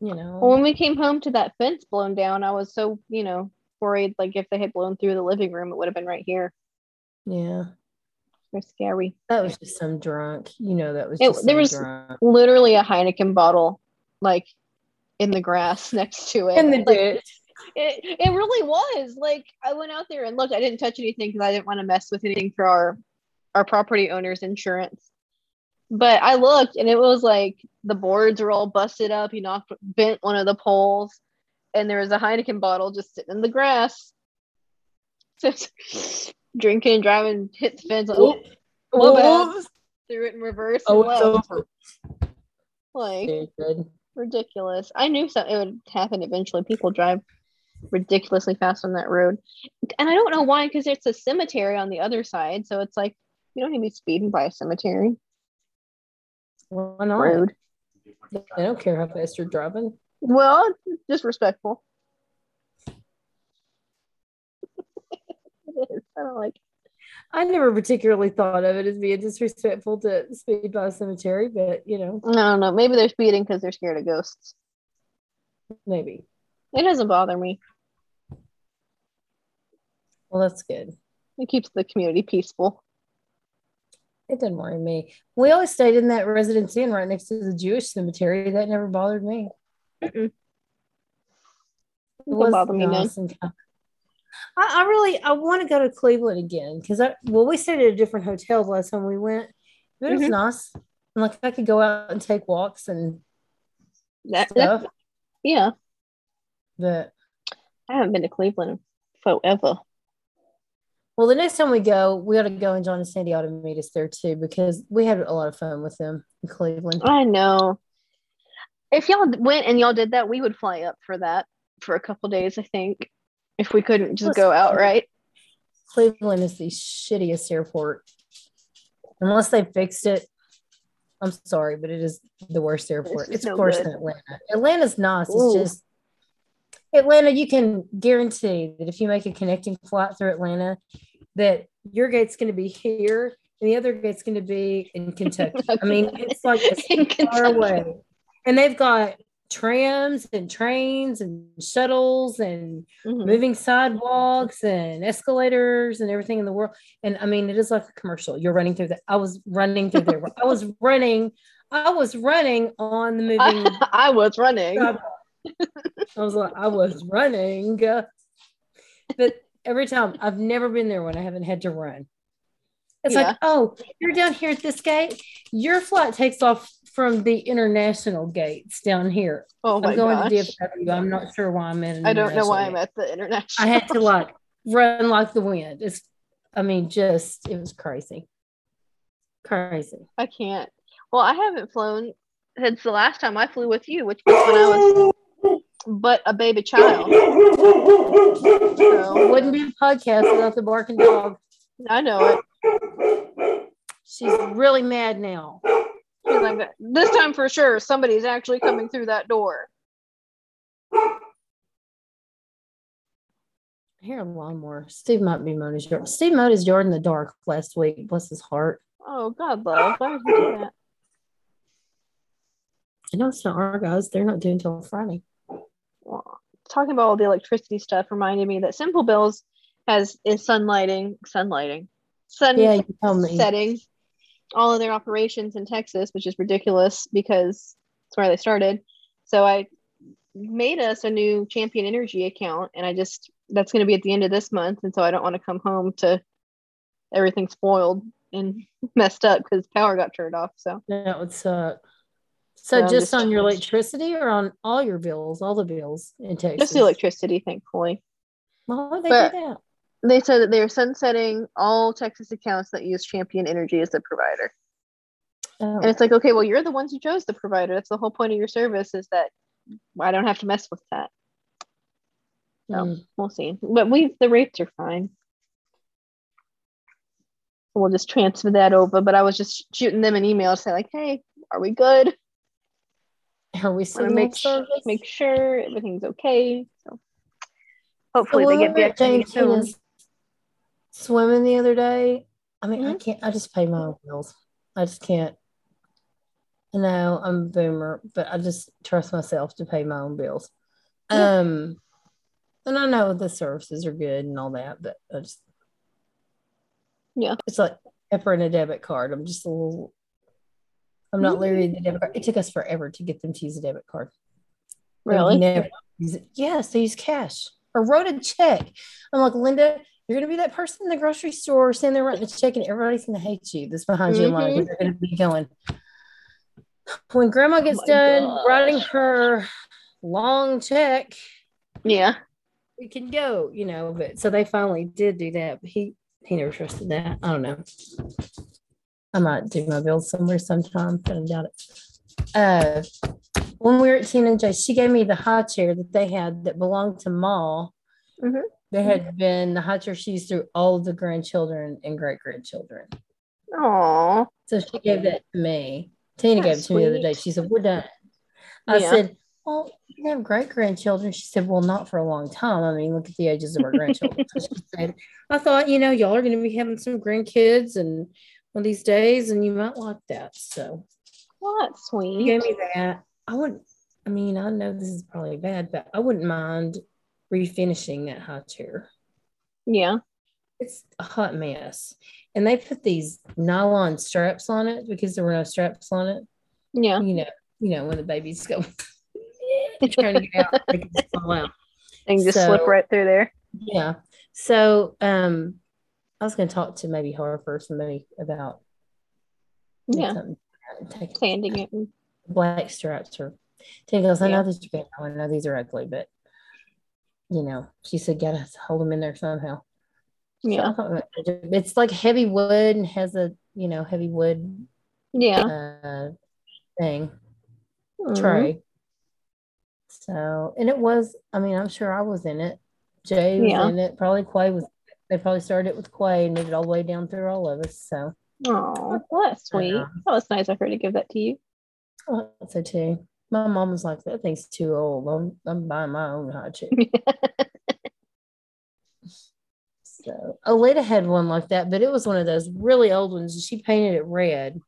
Speaker 3: you know.
Speaker 4: Well, when we came home to that fence blown down, I was so you know worried. Like if they had blown through the living room, it would have been right here.
Speaker 3: yeah,
Speaker 4: They're scary.
Speaker 3: that was just some drunk. You know, that was
Speaker 4: It-
Speaker 3: just
Speaker 4: there
Speaker 3: some
Speaker 4: was-
Speaker 3: drunk.
Speaker 4: Literally a Heineken bottle, like in the grass next to it.
Speaker 3: in the
Speaker 4: Like,
Speaker 3: ditch.
Speaker 4: it, it really was like I went out there and looked. I didn't touch anything because I didn't want to mess with anything for our our property owner's insurance. But I looked and it was like the boards were all busted up. He knocked bent one of the poles, and there was a Heineken bottle just sitting in the grass. So drinking, driving, hit the fence, like,
Speaker 3: oh,
Speaker 4: oop, my bad.
Speaker 3: Whoops.
Speaker 4: threw it in reverse.
Speaker 3: Oh,
Speaker 4: and
Speaker 3: it's
Speaker 4: left.
Speaker 3: oh, over.
Speaker 4: Like
Speaker 3: Stupid.
Speaker 4: ridiculous. I knew something it would happen eventually. People drive ridiculously fast on that road, and I don't know why because it's a cemetery on the other side, so it's like you don't need to be speeding by a cemetery
Speaker 3: Why not?
Speaker 4: road.
Speaker 3: They don't care how fast you're driving.
Speaker 4: Well, disrespectful. it is. I don't like.
Speaker 3: I never particularly thought of it as being disrespectful to speed by a cemetery, but you know,
Speaker 4: I don't know. Maybe they're speeding because they're scared of ghosts.
Speaker 3: maybe.
Speaker 4: It doesn't bother me.
Speaker 3: Well, that's good.
Speaker 4: It keeps the community peaceful.
Speaker 3: It doesn't worry me. We always stayed in that residence inn right next to the Jewish cemetery. That never bothered me.
Speaker 4: It doesn't bother me none.
Speaker 3: nice and kind. I, I really I want to go to Cleveland again because I well we stayed at a different hotel the last time we went. It was
Speaker 4: Mhm.
Speaker 3: nice. And like I could go out and take walks and
Speaker 4: That,
Speaker 3: stuff.
Speaker 4: that, yeah,
Speaker 3: But
Speaker 4: I haven't been to Cleveland in forever.
Speaker 3: well, the next time we go, we ought to go and John and Sandy ought to meet us there too because we had a lot of fun with them in Cleveland.
Speaker 4: I know. If y'all went and y'all did that, we would fly up for that for a couple days, I think. If we couldn't just go outright.
Speaker 3: Cleveland is the shittiest airport. Unless they fixed it. I'm sorry, but it is the worst airport.
Speaker 4: just
Speaker 3: It's,
Speaker 4: no
Speaker 3: worse
Speaker 4: good.
Speaker 3: than Atlanta. Atlanta's nice.
Speaker 4: Ooh.
Speaker 3: It's just Atlanta, you can guarantee that if you make a connecting flight through Atlanta, that your gate's gonna be here and the other gate's gonna be in Kentucky. I mean, it's like as far
Speaker 4: In Kentucky.
Speaker 3: away. And they've got trams and trains and shuttles and
Speaker 4: Mhm.
Speaker 3: moving sidewalks and escalators and everything in the world. And I mean, it is like a commercial. You're running through that. I was running through there. I was running. I was running on the moving.
Speaker 4: I, I was running.
Speaker 3: sidewalk. I was like, I was running. But every time I've never been there when I haven't had to run. It's
Speaker 4: Yeah.
Speaker 3: like, oh, you're down here at this gate. Your flight takes off from the international gates down here.
Speaker 4: Oh my
Speaker 3: I'm going
Speaker 4: gosh.
Speaker 3: to DFW. I'm not sure why I'm in. an
Speaker 4: I don't know
Speaker 3: international
Speaker 4: why
Speaker 3: gate.
Speaker 4: I'm at the international.
Speaker 3: I had to like run like the wind. It's, I mean, just it was crazy, crazy.
Speaker 4: I can't. Well, I haven't flown since the last time I flew with you, which was when I was but a baby child. So,
Speaker 3: It wouldn't be a podcast without the barking dog.
Speaker 4: I know it.
Speaker 3: She's really mad now.
Speaker 4: She's like, this time for sure, somebody's actually coming through that door.
Speaker 3: I hear a lawnmower. Steve might be mowing his yard. Steve mowed his yard in the dark last week. Bless his heart.
Speaker 4: Oh God, love, why would you do that?
Speaker 3: I know it's not our guys. They're not due until Friday.
Speaker 4: Well, talking about all the electricity stuff reminded me that Simple Bills has is sunlighting, sunlighting, sun
Speaker 3: Yeah, you tell me.
Speaker 4: setting all of their operations in Texas, which is ridiculous because that's where they started. So I made us a new Champion Energy account, and I just that's going to be at the end of this month, and so I don't want to come home to everything spoiled and messed up because power got turned off. So
Speaker 3: That would suck. So
Speaker 4: Yeah, I'm
Speaker 3: just
Speaker 4: just-
Speaker 3: on your electricity or on all your bills, all the bills in Texas?
Speaker 4: just the electricity, thankfully.
Speaker 3: Why would they
Speaker 4: But-
Speaker 3: do that?
Speaker 4: They said that they're sunsetting all Texas accounts that use Champion Energy as the provider.
Speaker 3: Oh.
Speaker 4: And it's like, okay, well, you're the ones who chose the provider. That's the whole point of your service is that I don't have to mess with that. no.
Speaker 3: Mm.
Speaker 4: We'll see. But we the rates are fine. So We'll just transfer that over. But I was just shooting them an email to say, like, hey, are we good?
Speaker 3: Are we still
Speaker 4: Want to
Speaker 3: make
Speaker 4: make
Speaker 3: service?
Speaker 4: make sure everything's okay. So hopefully they get back to me
Speaker 3: James
Speaker 4: soon.
Speaker 3: Keenan's swimming the other day. I mean, I
Speaker 4: Mhm.
Speaker 3: can't. I just pay my own bills. I just can't. I know I'm a boomer, but I just trust myself to pay my own bills.
Speaker 4: Yeah.
Speaker 3: Um, and I know the services are good and all that, but I just
Speaker 4: Yeah.
Speaker 3: it's like pepper and a debit card. I'm just a little. Hmm. I'm not leery of the debit card. It took us forever to get them to use a debit card.
Speaker 4: Really?
Speaker 3: Never, yes, they use cash or wrote a check. I'm like, Linda, you're going to be that person in the grocery store sitting there writing a check and everybody's going to hate you that's behind you in line.
Speaker 4: Mhm.
Speaker 3: They're going to be going, when grandma gets
Speaker 4: Oh my
Speaker 3: done
Speaker 4: gosh.
Speaker 3: writing her long check,
Speaker 4: Yeah.
Speaker 3: we can go, you know. But so they finally did do that. But he he never trusted that. I don't know. I might do my bills somewhere sometime, but I doubt it. Uh, when we were at TNJ, she gave me the high chair that they had that belonged to Ma.
Speaker 4: Mhm.
Speaker 3: There had been the high chair she used through all of the grandchildren and great grandchildren.
Speaker 4: Aw.
Speaker 3: So she gave that to me. Tina gave it
Speaker 4: That's
Speaker 3: to me the other
Speaker 4: sweet.
Speaker 3: day. She said, We're done. I
Speaker 4: Yeah.
Speaker 3: said, Well, you have great grandchildren. She said, Well, not for a long time. I mean, look at the ages of our grandchildren. So she said, I thought, you know, y'all are going to be having some grandkids and one of these days, and you might like that. So
Speaker 4: Well, that's
Speaker 3: she
Speaker 4: sweet.
Speaker 3: gave me that. I wouldn't, I mean, I know this is probably bad, but I wouldn't mind refinishing that high chair.
Speaker 4: Yeah.
Speaker 3: It's a hot mess. And they put these nylon straps on it because there were no straps on it
Speaker 4: Yeah.
Speaker 3: you know, you know, when the babies go trying to get out, they can just fall out.
Speaker 4: And just slip
Speaker 3: So-
Speaker 4: right through there.
Speaker 3: Yeah. So um I was gonna talk to maybe Harper or somebody about
Speaker 4: Yeah.
Speaker 3: something. Take
Speaker 4: Sanding it. and-
Speaker 3: black straps or Tina goes, I
Speaker 4: Yeah.
Speaker 3: know these are bad, I know these are ugly, but you know, she said gotta hold them in there somehow. So
Speaker 4: Yeah.
Speaker 3: I thought about- it's like heavy wood and has a you know, heavy wood
Speaker 4: Yeah.
Speaker 3: uh thing.
Speaker 4: Mhm.
Speaker 3: True. So, and it was, I mean, I'm sure I was in it. Jay was
Speaker 4: Yeah.
Speaker 3: in it. Probably Quay was, they probably started it with Quay and moved it all the way down through all of us. So,
Speaker 4: Aw. Well, that's sweet.
Speaker 3: Yeah.
Speaker 4: That was nice of her to give that to you.
Speaker 3: I thought Oh, so too. My mom was like, that thing's too old. I'm, I'm buying my own hot chick. so, Alita had one like that, but it was one of those really old ones. and She painted it red.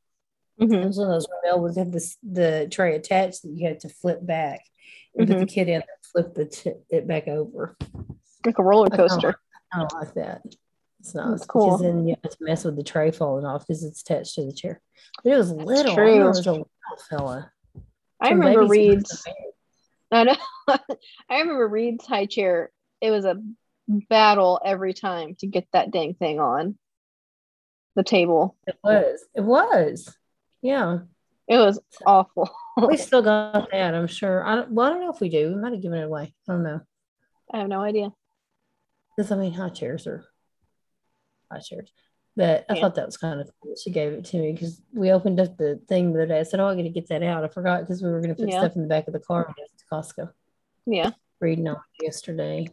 Speaker 3: It
Speaker 4: Mhm.
Speaker 3: was one of those red ones that had this, the tray attached that you had to flip back and put the kid in and flip the t- it back over.
Speaker 4: Like a roller
Speaker 3: I kinda
Speaker 4: coaster.
Speaker 3: I don't like that. It's not
Speaker 4: That's
Speaker 3: because
Speaker 4: cool.
Speaker 3: then you have to mess with the tray falling off because it's attached to the chair. But it was little. I
Speaker 4: true.
Speaker 3: remember It was a little fella.
Speaker 4: I
Speaker 3: Some
Speaker 4: remember
Speaker 3: babies were
Speaker 4: Reed's.
Speaker 3: so big.
Speaker 4: I know. I remember Reed's high chair. It was a battle every time to get that dang thing on the table.
Speaker 3: It was. It was. Yeah,
Speaker 4: It was awful.
Speaker 3: we still got that. I'm sure. I don't. Well, I don't know if we do. We might have given it away. I don't know.
Speaker 4: I have no idea.
Speaker 3: Because I mean, high chairs are high chairs. But I
Speaker 4: Yeah.
Speaker 3: thought that was kind of cool. that She gave it to me because we opened up the thing the other day. I said, "Oh, I got to get that out." I forgot because we were going to put
Speaker 4: Yeah.
Speaker 3: stuff in the back of the car when we went to Costco.
Speaker 4: Yeah.
Speaker 3: Reading on it yesterday.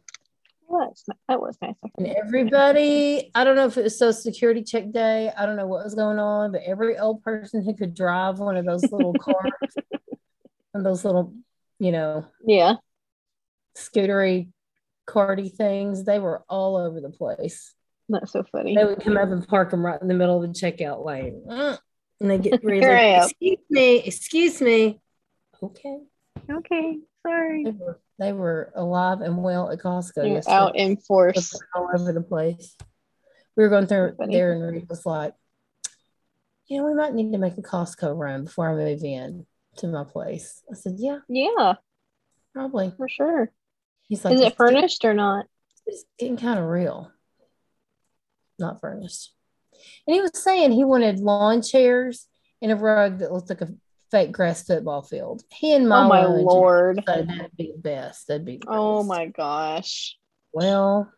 Speaker 4: Well, that's, ni- that was nice. of her.
Speaker 3: And everybody, I don't know if it was social security check day, I don't know what was going on, but every old person who could drive one of those little cars and those little, you know,
Speaker 4: Yeah.
Speaker 3: scootery carty things, they were all over the place.
Speaker 4: That's so funny.
Speaker 3: They would come up and park them right in the middle of the checkout lane. Mm. And they get really
Speaker 4: Here I am.
Speaker 3: excuse me, excuse me. Okay.
Speaker 4: Okay. Sorry.
Speaker 3: They were, they were alive and well at Costco.
Speaker 4: You're
Speaker 3: yesterday.
Speaker 4: out in force.
Speaker 3: It's all over the place. We were going through
Speaker 4: That's funny.
Speaker 3: there, and Reed was like, "You know, we might need to make a Costco run before I move in to my place." I said, "Yeah,
Speaker 4: Yeah,
Speaker 3: probably."
Speaker 4: for sure.
Speaker 3: He's like,
Speaker 4: Is
Speaker 3: "It's
Speaker 4: it
Speaker 3: get-
Speaker 4: furnished or not?
Speaker 3: It's getting kind of real, not furnished. And he was saying he wanted lawn chairs and a rug that looked like a fake grass football field. He and my,
Speaker 4: oh my
Speaker 3: lunch
Speaker 4: lord.
Speaker 3: decided that'd be the best. That'd be the
Speaker 4: Oh
Speaker 3: best.
Speaker 4: my gosh.
Speaker 3: Well,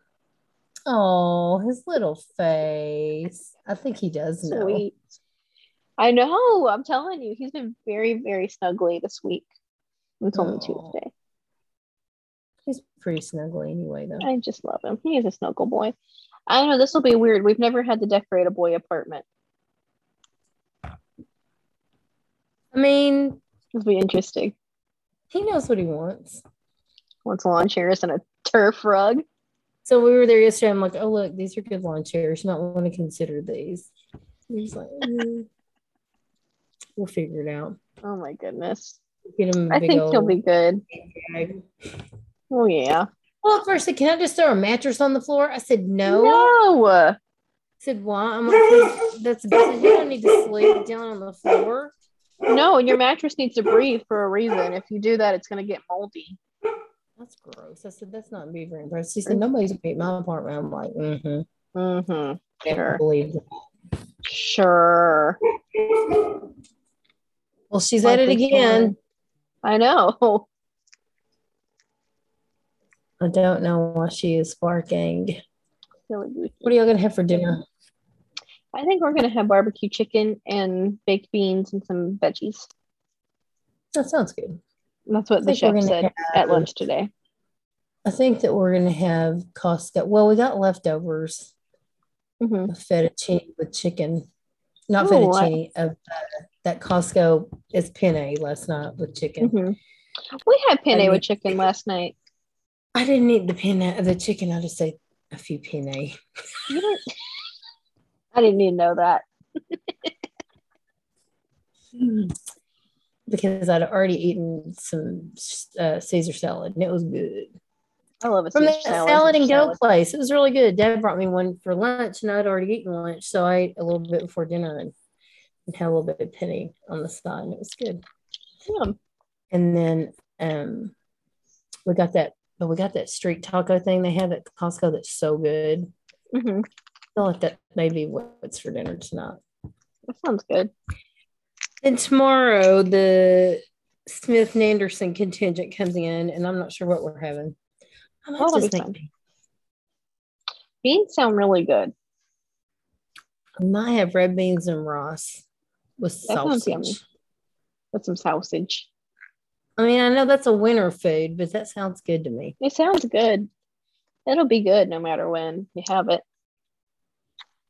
Speaker 3: oh, his little face. I think he does know.
Speaker 4: Sweet. I know. I'm telling you, he's been very, very snuggly this week. It's
Speaker 3: Aw.
Speaker 4: only Tuesday.
Speaker 3: He's pretty snuggly anyway, though.
Speaker 4: I just love him. He is a snuggle boy. I know this will be weird. We've never had to decorate a boy apartment.
Speaker 3: I mean,
Speaker 4: It'll be interesting.
Speaker 3: he knows what he wants.
Speaker 4: Once a lawn chair and a turf rug.
Speaker 3: So we were there yesterday. I'm like, oh look, these are good lawn chairs. You might want to consider these. And he's like, "Mm, we'll figure it out.
Speaker 4: Oh my goodness.
Speaker 3: Get him. a
Speaker 4: I
Speaker 3: big
Speaker 4: think
Speaker 3: old
Speaker 4: he'll be good.
Speaker 3: bag.
Speaker 4: Oh yeah.
Speaker 3: Well, at first, said, can I just throw a mattress on the floor? I said no.
Speaker 4: No.
Speaker 3: I said why? I'm like, that's, that's good. You don't need to sleep down on the floor.
Speaker 4: No, and your mattress needs to breathe for a reason. If you do that, it's going to get moldy.
Speaker 3: That's gross. I said, that's not me very impressed. She said, nobody's beat my apartment. I'm like, mm-hmm.
Speaker 4: Mm-hmm.
Speaker 3: Never
Speaker 4: Sure.
Speaker 3: believe that.
Speaker 4: Sure.
Speaker 3: Well, she's at it again.
Speaker 4: I know.
Speaker 3: I don't know why she is barking.
Speaker 4: Silly goose.
Speaker 3: What are y'all gonna have for dinner?
Speaker 4: I think we're going to have barbecue chicken and baked beans and some veggies.
Speaker 3: That sounds good.
Speaker 4: That's what the
Speaker 3: I think we're
Speaker 4: chef
Speaker 3: gonna
Speaker 4: said
Speaker 3: have-
Speaker 4: at lunch today.
Speaker 3: I think that we're gonna have Costco. Well, we got leftovers
Speaker 4: hmm
Speaker 3: of fettuccine with chicken. Not
Speaker 4: Ooh,
Speaker 3: fettuccine of uh, that Costco is penne last night with chicken.
Speaker 4: hmm We had penne
Speaker 3: And-
Speaker 4: with chicken last night.
Speaker 3: I didn't eat the penne the chicken. I just ate a few penne.
Speaker 4: You don't... I didn't even know that.
Speaker 3: Hmm. because I'd already eaten some uh, Caesar salad and it was good.
Speaker 4: I love a
Speaker 3: From
Speaker 4: Caesar
Speaker 3: that
Speaker 4: salad.
Speaker 3: salad, and
Speaker 4: Caesar
Speaker 3: go place, it was really good. Dad brought me one for lunch and I'd already eaten lunch, so I ate a little bit before dinner and, and had a little bit of penny on the side and it was good.
Speaker 4: salad.
Speaker 3: And then um, we got that, but we got that street taco thing they have at Costco that's so good.
Speaker 4: Yeah. hmm
Speaker 3: I feel like that may be what's for dinner tonight.
Speaker 4: That sounds good.
Speaker 3: And tomorrow the Smith Nanderson contingent comes in, and I'm not sure what we're having. I might
Speaker 4: Oh, that'd
Speaker 3: just
Speaker 4: be
Speaker 3: make,
Speaker 4: fun. Beans sound really good.
Speaker 3: I might have red beans and Ross with
Speaker 4: That sounds yummy.
Speaker 3: sausage.
Speaker 4: with some sausage.
Speaker 3: I mean, I know that's a winter food, but that sounds good to me.
Speaker 4: It sounds good. It'll be good no matter when you have it,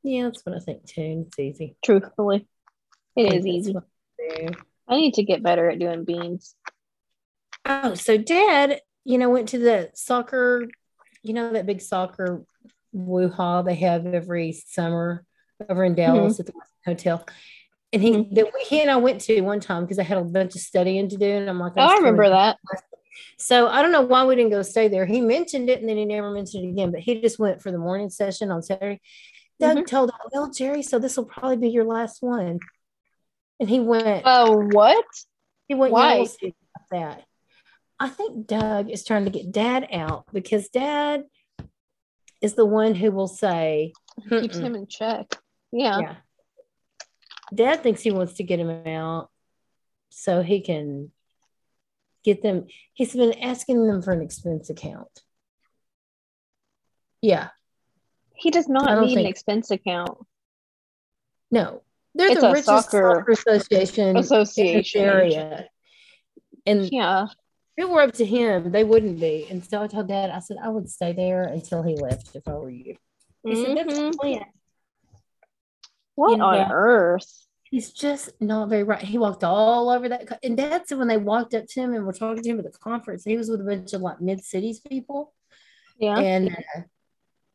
Speaker 3: Yeah, that's what I think too. It's easy.
Speaker 4: truthfully. It is
Speaker 3: That's
Speaker 4: easy.
Speaker 3: what I do.
Speaker 4: I need to get better at doing beans.
Speaker 3: Oh, so Dad, you know, went to the soccer, you know, that big soccer woo-ha they have every summer over in
Speaker 4: Mm-hmm.
Speaker 3: Dallas at the Westin hotel. And he
Speaker 4: Mhm.
Speaker 3: that we he and I went to one time because I had a bunch of studying to do, and I'm like,
Speaker 4: Oh, I remember that.
Speaker 3: So I don't know why we didn't go stay there. He mentioned it, and then he never mentioned it again. But he just went for the morning session on Saturday. Doug
Speaker 4: Mm-hmm.
Speaker 3: told him, "Well, Jerry, so this will probably be your last one," and he went.
Speaker 4: Oh, what?
Speaker 3: He went
Speaker 4: Why?
Speaker 3: Why? about that. I think Doug is trying to get dad out because dad is the one who will say,
Speaker 4: Keeps
Speaker 3: "Mm-mm."
Speaker 4: him in check. Yeah.
Speaker 3: yeah. Dad thinks he wants to get him out so he can get them. He's been asking them for an expense account. Yeah.
Speaker 4: He does
Speaker 3: I
Speaker 4: not
Speaker 3: don't
Speaker 4: need an
Speaker 3: think-
Speaker 4: expense account
Speaker 3: No. They're
Speaker 4: It's
Speaker 3: the
Speaker 4: a
Speaker 3: richest
Speaker 4: soccer
Speaker 3: soccer, association in this
Speaker 4: association.
Speaker 3: area. And
Speaker 4: Yeah.
Speaker 3: if it were up to him, they wouldn't be. And so I told Dad, I said, I would stay there until he left if I were you. He said, That's
Speaker 4: Mhm.
Speaker 3: the plan.
Speaker 4: What on
Speaker 3: Yeah.
Speaker 4: earth?
Speaker 3: He's just not very right. He walked all over that. Co- and Dad said when they walked up to him and were talking to him at the conference, he was with a bunch of like mid cities people.
Speaker 4: Yeah.
Speaker 3: And uh,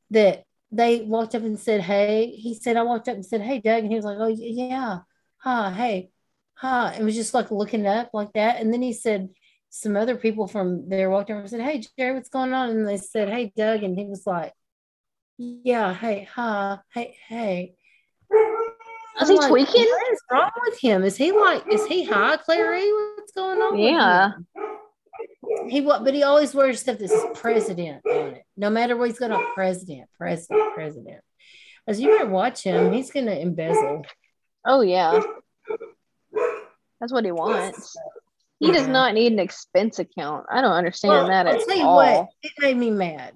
Speaker 3: that they walked up and said, Hey, he said, I walked up and said, Hey, Doug. And he was like, Oh, yeah. Hi, hey, hi. And was just like looking up like that. And then he said, Some other people from there walked over and said, Hey, Jerry, what's going on? And they said, Hey, Doug. And he was like, Yeah, hey, hi, hey, hey.
Speaker 4: Is
Speaker 3: I'm
Speaker 4: he
Speaker 3: like,
Speaker 4: tweaking?
Speaker 3: What is wrong with him? Is he like, is he high, Clary? What's going on? with
Speaker 4: Yeah.
Speaker 3: him? He what? But he always wears stuff that says president on it. No matter what, he's going to president, president, president. As you better watch him, he's going to embezzle.
Speaker 4: Oh yeah. That's what he wants. He does
Speaker 3: Yeah.
Speaker 4: not need an expense account. I don't understand that at
Speaker 3: I'll tell you
Speaker 4: all.
Speaker 3: what, it made me mad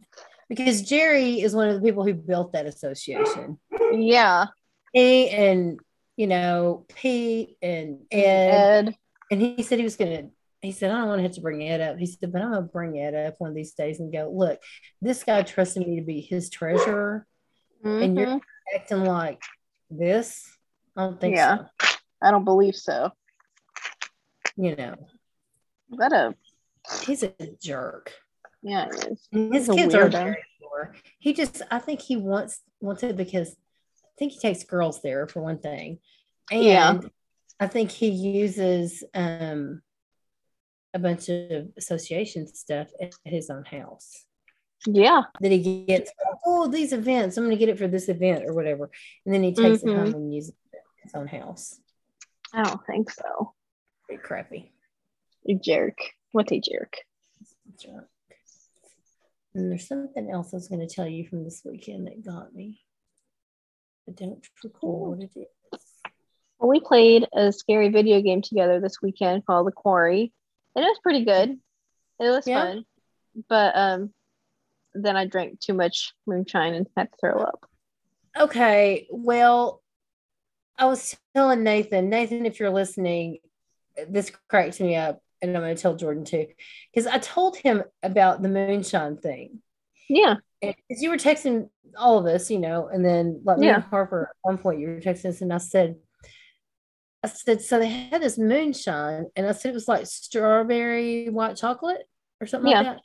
Speaker 3: because Jerry is one of the people who built that association.
Speaker 4: Yeah.
Speaker 3: He and you know Pete and Ed.
Speaker 4: Ed.
Speaker 3: And he said he was gonna. He said, I don't want to have to bring Ed up. He said, but I'm gonna bring Ed up one of these days and go, look, this guy trusted me to be his treasurer, and you're
Speaker 4: Mhm.
Speaker 3: acting like this. I don't think
Speaker 4: Yeah.
Speaker 3: so.
Speaker 4: I don't believe so.
Speaker 3: You know,
Speaker 4: Is That a
Speaker 3: he's a jerk.
Speaker 4: yeah. It is.
Speaker 3: And His
Speaker 4: He's a
Speaker 3: kids are
Speaker 4: weirdo.
Speaker 3: very poor. He just, I think he wants wants it because I think he takes girls there for one thing, and
Speaker 4: Yeah.
Speaker 3: I think he uses um a bunch of association stuff at his own house.
Speaker 4: Yeah.
Speaker 3: that he gets oh these events i'm going to get it for this event or whatever and then he takes
Speaker 4: Mhm.
Speaker 3: it home and uses it in his own house
Speaker 4: I don't think so.
Speaker 3: Pretty crappy.
Speaker 4: You jerk. What a jerk.
Speaker 3: Drunk. And there's something else I was going to tell you from this weekend that got me. I don't recall what it is.
Speaker 4: Well, we played a scary video game together this weekend called The Quarry, and it was pretty good. It was
Speaker 3: Yeah.
Speaker 4: fun, but um, then I drank too much moonshine and had to throw up.
Speaker 3: Okay. Well, I was telling Nathan, Nathan, if you're listening, this cracked me up. And I'm going to tell Jordan too, because I told him about the moonshine thing.
Speaker 4: Yeah,
Speaker 3: because you were texting all of us, you know, and then like me
Speaker 4: Yeah.
Speaker 3: and Harper at one point you were texting us, and I said, I said, so they had this moonshine, and I said it was like strawberry white chocolate or something
Speaker 4: Yeah.
Speaker 3: like that.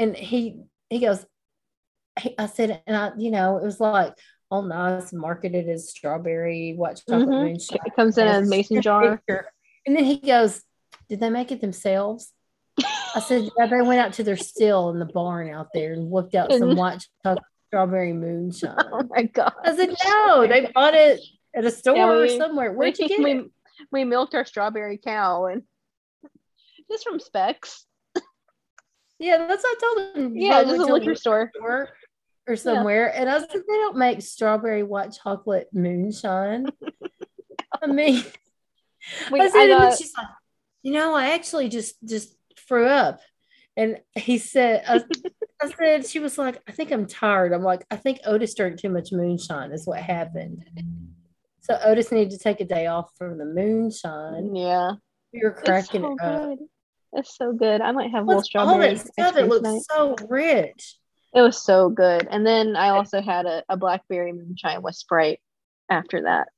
Speaker 3: And he he goes, he, I said, and I, you know, it was like all nice, marketed as strawberry white chocolate
Speaker 4: Mhm.
Speaker 3: moonshine.
Speaker 4: it comes in a
Speaker 3: Yes.
Speaker 4: mason jar.
Speaker 3: And then he goes, Did they make it themselves? I said, Yeah, they went out to their still in the barn out there and whipped out some
Speaker 4: And-
Speaker 3: white chocolate strawberry moonshine.
Speaker 4: Oh my god!
Speaker 3: I said, No, they bought it at a store
Speaker 4: we-
Speaker 3: or somewhere.
Speaker 4: we,
Speaker 3: Where'd you get it?
Speaker 4: we, we milked our strawberry cow and just from Specs.
Speaker 3: Yeah, that's what I told him. You
Speaker 4: Yeah,
Speaker 3: probably
Speaker 4: just a
Speaker 3: went to
Speaker 4: liquor store.
Speaker 3: store or somewhere. And I said, They don't make strawberry white chocolate moonshine. I mean,
Speaker 4: We,
Speaker 3: I
Speaker 4: I
Speaker 3: said, and then
Speaker 4: got-
Speaker 3: she's like, you know, I actually just just threw up. And he said, I, I said, she was like, I think I'm tired. I'm like, I think Otis drank too much moonshine is what happened. So Otis needed to take a day off from the moonshine.
Speaker 4: yeah,
Speaker 3: We were
Speaker 4: it's
Speaker 3: cracking
Speaker 4: so
Speaker 3: it up.
Speaker 4: good. It's so good. I might have a little
Speaker 3: What's all
Speaker 4: strawberry.
Speaker 3: that
Speaker 4: ice
Speaker 3: stuff? It
Speaker 4: cream
Speaker 3: looks
Speaker 4: tonight.
Speaker 3: so rich.
Speaker 4: It was so good. And then I also had a, a blackberry moonshine with Sprite after that.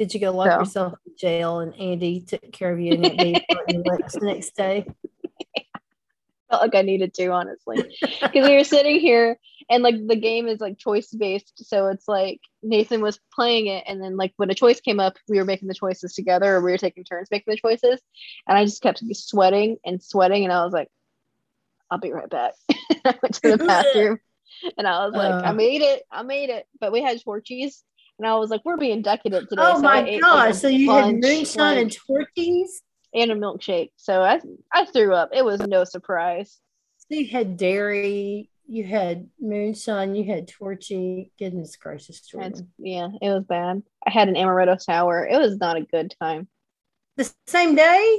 Speaker 3: Did you go lock
Speaker 4: So.
Speaker 3: yourself in jail and Andy took care of you and it beat you lunch the next day?
Speaker 4: Felt like I needed to, honestly. Because we were sitting here and like the game is like choice based. So it's like Nathan was playing it. And then like when a choice came up, we were making the choices together or we were taking turns making the choices. And I just kept sweating and sweating. And I was like, I'll be right back. I went to the bathroom and I was like, I
Speaker 3: Uh.
Speaker 4: made it. I made it. But we had torchies. And I was like, we're being decadent today.
Speaker 3: Oh
Speaker 4: So I
Speaker 3: my
Speaker 4: ate, like, a
Speaker 3: gosh. So you had
Speaker 4: bunch,
Speaker 3: moonshine
Speaker 4: like-
Speaker 3: and Twinkies?
Speaker 4: and a milkshake. So I I threw up. It was no surprise.
Speaker 3: So you had dairy, you had moonshine, you had torchy. Goodness gracious,
Speaker 4: It's-
Speaker 3: Jordan.
Speaker 4: yeah, it was bad. I had an amaretto sour. It was not a good time.
Speaker 3: The same day?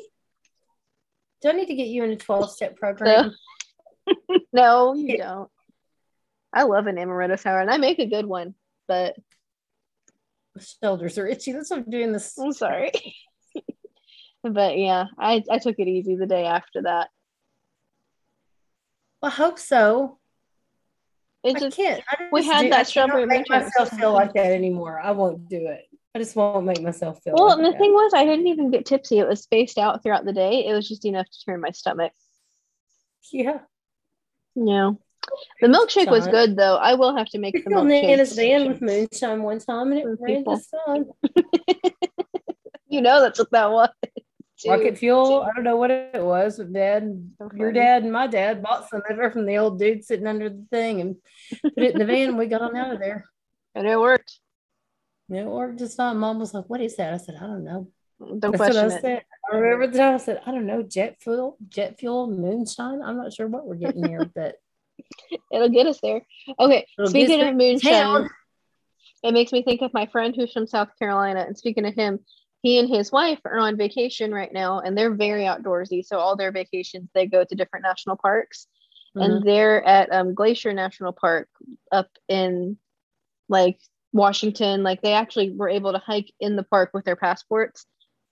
Speaker 3: Do I need to get you in a 12 step program?
Speaker 4: No, you
Speaker 3: It-
Speaker 4: don't. I love an amaretto sour, and I make a good one. But
Speaker 3: My shoulders are itchy. That's why I'm doing this.
Speaker 4: I'm sorry. but yeah, I I took it easy the day after that.
Speaker 3: Well, I hope so.
Speaker 4: It's
Speaker 3: I
Speaker 4: just
Speaker 3: can't. I
Speaker 4: we
Speaker 3: just
Speaker 4: had
Speaker 3: do-
Speaker 4: that
Speaker 3: I
Speaker 4: strawberry
Speaker 3: cannot make
Speaker 4: moonshine.
Speaker 3: myself feel like that anymore. I won't do it. I just won't make myself feel
Speaker 4: well,
Speaker 3: like
Speaker 4: and the
Speaker 3: that.
Speaker 4: thing was, I didn't even get tipsy. It was spaced out throughout the day. It was just enough to turn my stomach.
Speaker 3: Yeah.
Speaker 4: Yeah. The milkshake was
Speaker 3: Sorry.
Speaker 4: good though. I will have to make
Speaker 3: We
Speaker 4: the
Speaker 3: filmed
Speaker 4: milkshake.
Speaker 3: Nana's van with moonshine one time and it
Speaker 4: With
Speaker 3: ran
Speaker 4: people.
Speaker 3: the sun.
Speaker 4: You know that's what that was. too.
Speaker 3: rocket fuel. I don't know what it was, but dad,
Speaker 4: So
Speaker 3: your
Speaker 4: funny.
Speaker 3: dad, and my dad bought some of it from the old dude sitting under the thing and put it in the van. We got on out of there.
Speaker 4: And it worked.
Speaker 3: And It worked just fine. Mom was like, "What is that?" I said, "I don't know."
Speaker 4: Don't
Speaker 3: That's what
Speaker 4: question
Speaker 3: I
Speaker 4: it.
Speaker 3: said. I remember the time I said, "I don't know, jet fuel, jet fuel, moonshine. I'm not sure what we're getting here, but
Speaker 4: It'll get us there. Okay.
Speaker 3: It'll get
Speaker 4: speaking
Speaker 3: us
Speaker 4: of
Speaker 3: town.
Speaker 4: moonshine, it makes me think of my friend who's from South Carolina. And speaking of him, he and his wife are on vacation right now, and they're very outdoorsy. So all their vacations, they go to different national parks.
Speaker 3: Mhm.
Speaker 4: and they're at um, Glacier National Park up in like Washington. Like they actually were able to hike in the park with their passports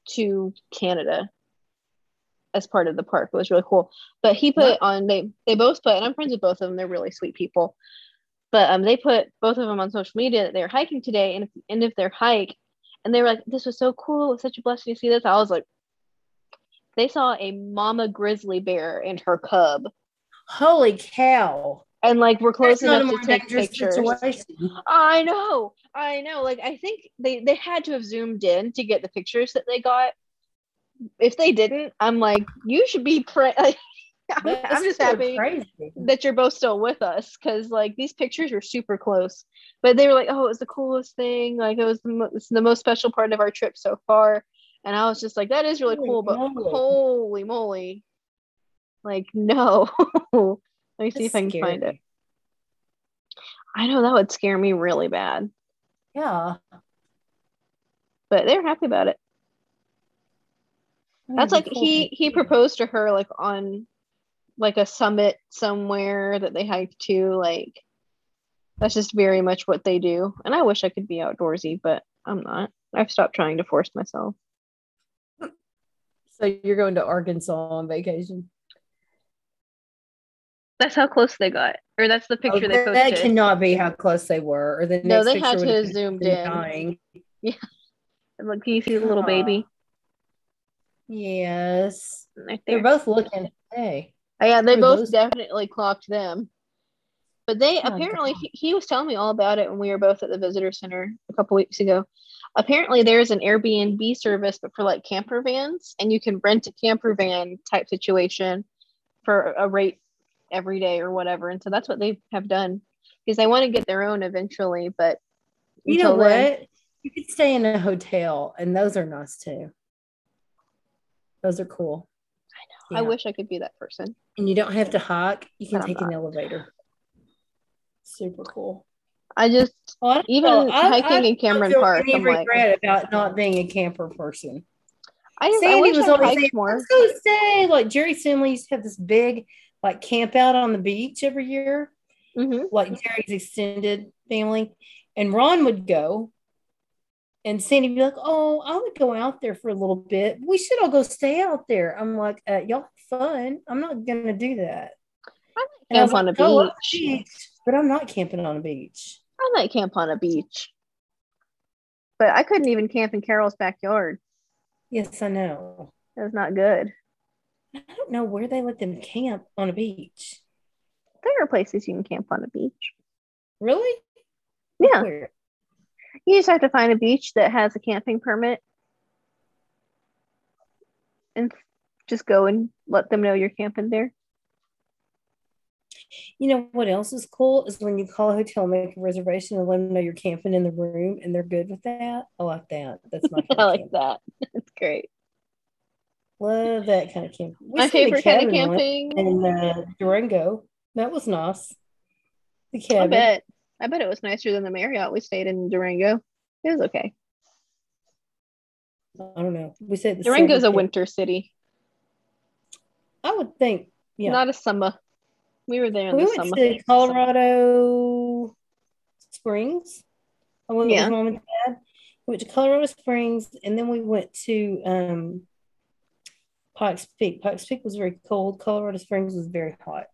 Speaker 4: to Canada as part of the park. It was really cool. But he put on they they both put and I'm friends with both of them. They're really sweet people. But um, they put both of them on social media that they were hiking today, and if, end of their hike, and they were like, "This was so cool! It was such a blessing to see this." I was like, "They saw a mama grizzly bear and her cub."
Speaker 3: holy cow,
Speaker 4: and like we're close
Speaker 3: That's not a
Speaker 4: enough
Speaker 3: more
Speaker 4: to take
Speaker 3: dangerous
Speaker 4: pictures.
Speaker 3: situation.
Speaker 4: I know, I know. Like I think they they had to have zoomed in to get the pictures that they got. If they didn't, I'm like, you should be pray. Like, I'm,
Speaker 3: That's
Speaker 4: I'm just
Speaker 3: so
Speaker 4: happy
Speaker 3: Crazy.
Speaker 4: that you're both still with us because like these pictures were super close. But they were like, oh, it was the coolest thing. Like it was the, mo- it's the most special part of our trip so far. And I was just like, that is really
Speaker 3: Holy
Speaker 4: cool, but
Speaker 3: moly.
Speaker 4: holy moly. Like, no. Let me see if I can find it. I know that would scare me really bad,
Speaker 3: Yeah.
Speaker 4: but they're happy about it. That's
Speaker 3: Mm,
Speaker 4: like he he proposed to her like on like a summit somewhere that they hiked to. Like that's just very much what they do. And I wish I could be outdoorsy, but I'm not. I've stopped trying to force myself.
Speaker 3: So you're going to Arkansas on vacation.
Speaker 4: That's how close they got, or that's the picture they
Speaker 3: Oh, that
Speaker 4: posted.
Speaker 3: cannot be how close they were. Or the
Speaker 4: no,
Speaker 3: next
Speaker 4: they had
Speaker 3: picture
Speaker 4: to
Speaker 3: would've
Speaker 4: have
Speaker 3: been
Speaker 4: zoomed
Speaker 3: them
Speaker 4: in.
Speaker 3: dying.
Speaker 4: Look, can you see the little
Speaker 3: Aw.
Speaker 4: baby
Speaker 3: Yes.
Speaker 4: right there?
Speaker 3: They're both looking. Hey.
Speaker 4: Oh, yeah, they
Speaker 3: They're
Speaker 4: both
Speaker 3: both-
Speaker 4: definitely clocked them. But they
Speaker 3: Oh,
Speaker 4: apparently,
Speaker 3: God.
Speaker 4: he, he was telling me all about it when we were both at the visitor center a couple weeks ago. Apparently, there's an Airbnb service, but for like camper vans, and you can rent a camper van type situation for a rate every day or whatever. And so that's what they have done because they want to get their own eventually. But
Speaker 3: You know
Speaker 4: until then-
Speaker 3: what? You could stay in a hotel, and those are nice too. Those are cool. Yeah.
Speaker 4: I wish I could be that person.
Speaker 3: And you don't have to hike. You can
Speaker 4: But I'm
Speaker 3: take an elevator. Super cool.
Speaker 4: I just,
Speaker 3: Well, I don't
Speaker 4: Even
Speaker 3: know. I-
Speaker 4: hiking
Speaker 3: I
Speaker 4: in
Speaker 3: don't
Speaker 4: Cameron
Speaker 3: feel
Speaker 4: Park,
Speaker 3: Any
Speaker 4: I'm like-
Speaker 3: regret about not being a camper person.
Speaker 4: I just, I
Speaker 3: Sandy
Speaker 4: wish
Speaker 3: was
Speaker 4: I
Speaker 3: always
Speaker 4: hiked
Speaker 3: saying,
Speaker 4: more.
Speaker 3: "Let's go stay." Like Jerry Stanley used to have this big like camp out on the beach every year.
Speaker 4: hmm
Speaker 3: like Jerry's extended family, and Ron would go. And Sandy would be like, "Oh, I would go out there for a little bit. We should all go stay out there." I'm like, uh, "Y'all have fun. I'm not gonna do that." And I
Speaker 4: Camp
Speaker 3: was
Speaker 4: on a
Speaker 3: like, "Go on
Speaker 4: beach.
Speaker 3: the beach," but I'm not camping on a beach.
Speaker 4: I might camp on a beach. But I couldn't even camp in Carol's backyard.
Speaker 3: Yes, I know.
Speaker 4: That's not good.
Speaker 3: I don't know where they let them camp on a beach.
Speaker 4: There are places you can camp on a beach.
Speaker 3: Really?
Speaker 4: Yeah.
Speaker 3: Where?
Speaker 4: You just have to find a beach that has a camping permit and just go and let them know you're camping there.
Speaker 3: You know what else is cool is when you call a hotel, and make a reservation, and let them know you're camping in the room, and they're good with that. I like that. That's my kind
Speaker 4: I
Speaker 3: of
Speaker 4: like
Speaker 3: camping.
Speaker 4: that. It's great.
Speaker 3: Love that kind of camping. We
Speaker 4: My
Speaker 3: stayed in a
Speaker 4: favorite kind of
Speaker 3: cabin once
Speaker 4: camping.
Speaker 3: in uh, Durango. That was nice. The
Speaker 4: I
Speaker 3: cabin.
Speaker 4: bet. I bet it was nicer than the Marriott we stayed in Durango. It was okay.
Speaker 3: I don't know. We said the
Speaker 4: Durango's a
Speaker 3: Silver Pit.
Speaker 4: winter city,
Speaker 3: I would think. Yeah.
Speaker 4: not a summer. We were there in
Speaker 3: we
Speaker 4: the
Speaker 3: went
Speaker 4: summer.
Speaker 3: to Colorado Springs. I went
Speaker 4: Yeah.
Speaker 3: with mom and dad. We went to Colorado Springs, and then we went to um, Pikes Peak. Pikes Peak was very cold. Colorado Springs was very hot.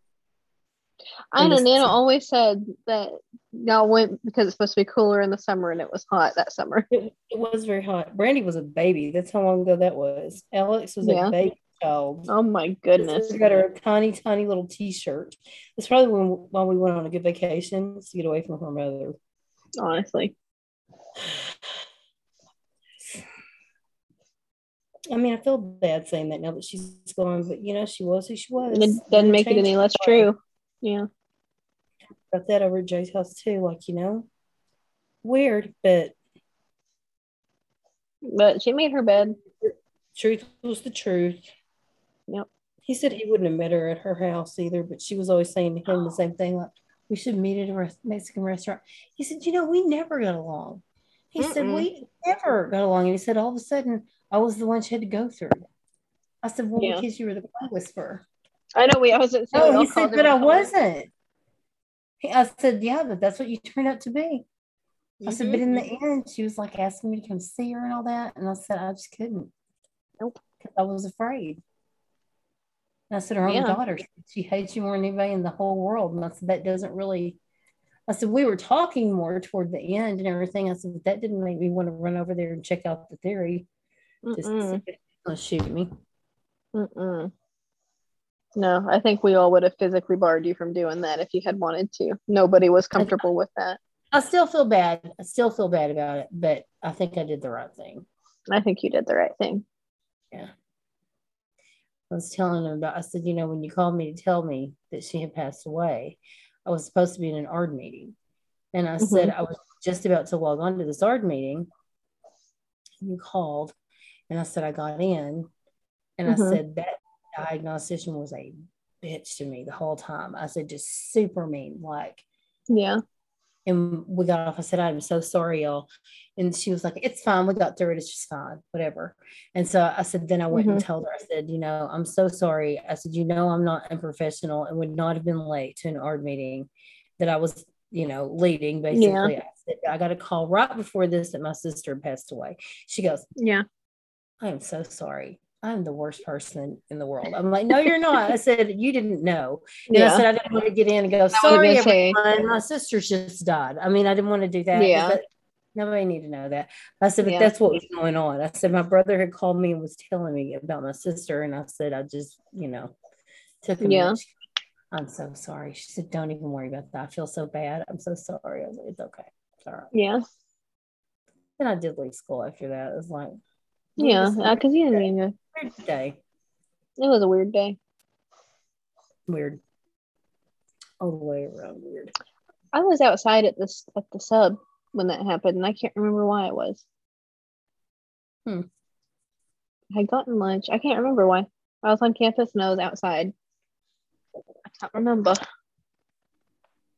Speaker 4: I
Speaker 3: in
Speaker 4: know
Speaker 3: the
Speaker 4: Nana
Speaker 3: summer.
Speaker 4: always said that y'all went because it's supposed to be cooler in the summer and it was hot that summer.
Speaker 3: It was very hot. Brandy was a baby. That's how long ago that was. Alex was
Speaker 4: Yeah.
Speaker 3: a baby child.
Speaker 4: Oh my
Speaker 3: Goodness.
Speaker 4: goodness.
Speaker 3: We got her a tiny, tiny little T-shirt. It's probably when, while we went on a good vacation is to get away from her mother.
Speaker 4: Honestly.
Speaker 3: I mean, I feel bad saying that now that she's gone, but you know, she was who she was.
Speaker 4: And it doesn't make it any less true. Yeah.
Speaker 3: Got that over at Jay's house too. Like you know, weird, but
Speaker 4: But she made her bed.
Speaker 3: truth was the truth.
Speaker 4: Yep.
Speaker 3: He said he wouldn't have met her at her house either, but she was always saying to him the same thing, like, we should meet at a res- Mexican restaurant. He said, you know, we never got along. He said,
Speaker 4: Mm-mm.
Speaker 3: we never got along. And he said, all of a sudden, I was the one she had to go through. I said, well,
Speaker 4: Yeah.
Speaker 3: because you were the play whisperer.
Speaker 4: I know we always said
Speaker 3: Oh,
Speaker 4: y'all
Speaker 3: he said,
Speaker 4: called her
Speaker 3: but I
Speaker 4: Nicole.
Speaker 3: wasn't. He- I said, yeah, but that's what you turned out to be. I said, but
Speaker 4: Mhm.
Speaker 3: in the end, she was like asking me to come see her and all that. And I said, I just couldn't.
Speaker 4: Nope.
Speaker 3: 'Cause I was afraid. And I said, her
Speaker 4: Yeah.
Speaker 3: own daughter, she hates you more than anybody in the whole world. And I said, that doesn't really, I said, we were talking more toward the end and everything. I said, but that didn't make me want to run over there and check out the theory. Just to see
Speaker 4: Mm-mm.
Speaker 3: if it's gonna shoot me.
Speaker 4: Mm-mm. No, I think we all would have physically barred you from doing that if you had wanted to. Nobody was comfortable with that.
Speaker 3: I still feel bad. I still feel bad about it, but I think I did the right thing.
Speaker 4: I think you did the right thing.
Speaker 3: I was telling him about, I said, you know, when you called me to tell me that she had passed away, I was supposed to be in an ARD meeting. And I said, I was just about to log on to this ARD meeting. And you called. And I said, I got in. And I
Speaker 4: Mhm.
Speaker 3: said, that diagnostician was a bitch to me the whole time. I said, just super mean. Like,
Speaker 4: Yeah.
Speaker 3: and we got off. I said, I'm so sorry, y'all. And she was like, It's fine. We got through it. It's just fine, whatever. And so I said, Then I went
Speaker 4: Mm-hmm.
Speaker 3: and told her, I said, You know, I'm so sorry. I said, You know, I'm not a professional and would not have been late to an ARD meeting that I was, you know, leading basically. I said, I got a call right before this that my sister passed away. She goes,
Speaker 4: Yeah.
Speaker 3: I'm so sorry. I'm the worst person in the world. I'm like, No, you're not. I said, You didn't know. And I said I didn't want to get in and go,
Speaker 4: would've
Speaker 3: sorry,
Speaker 4: been okay."
Speaker 3: everyone, my sister's just died. I mean, I didn't want to do that.
Speaker 4: Yeah.
Speaker 3: but nobody needed to know that. I said, but
Speaker 4: Yeah.
Speaker 3: that's what was going on. I said, my brother had called me and was telling me about my sister. And I said, I just, you know, took a
Speaker 4: Yeah.
Speaker 3: minute. She- I'm so sorry. She said, don't even worry about that. I feel so bad. I'm so sorry. I was like, it's okay. It's all right.
Speaker 4: Yeah.
Speaker 3: Then I did leave school after that. It was like,
Speaker 4: Yeah.
Speaker 3: it was
Speaker 4: Because you didn't even. It
Speaker 3: a weird day.
Speaker 4: was a weird day.
Speaker 3: Weird. All the way around weird.
Speaker 4: I was outside at this at the sub when that happened, and I can't remember why it was.
Speaker 3: Hmm.
Speaker 4: I had gotten lunch. I can't remember why. I was on campus and I was outside. I can't remember.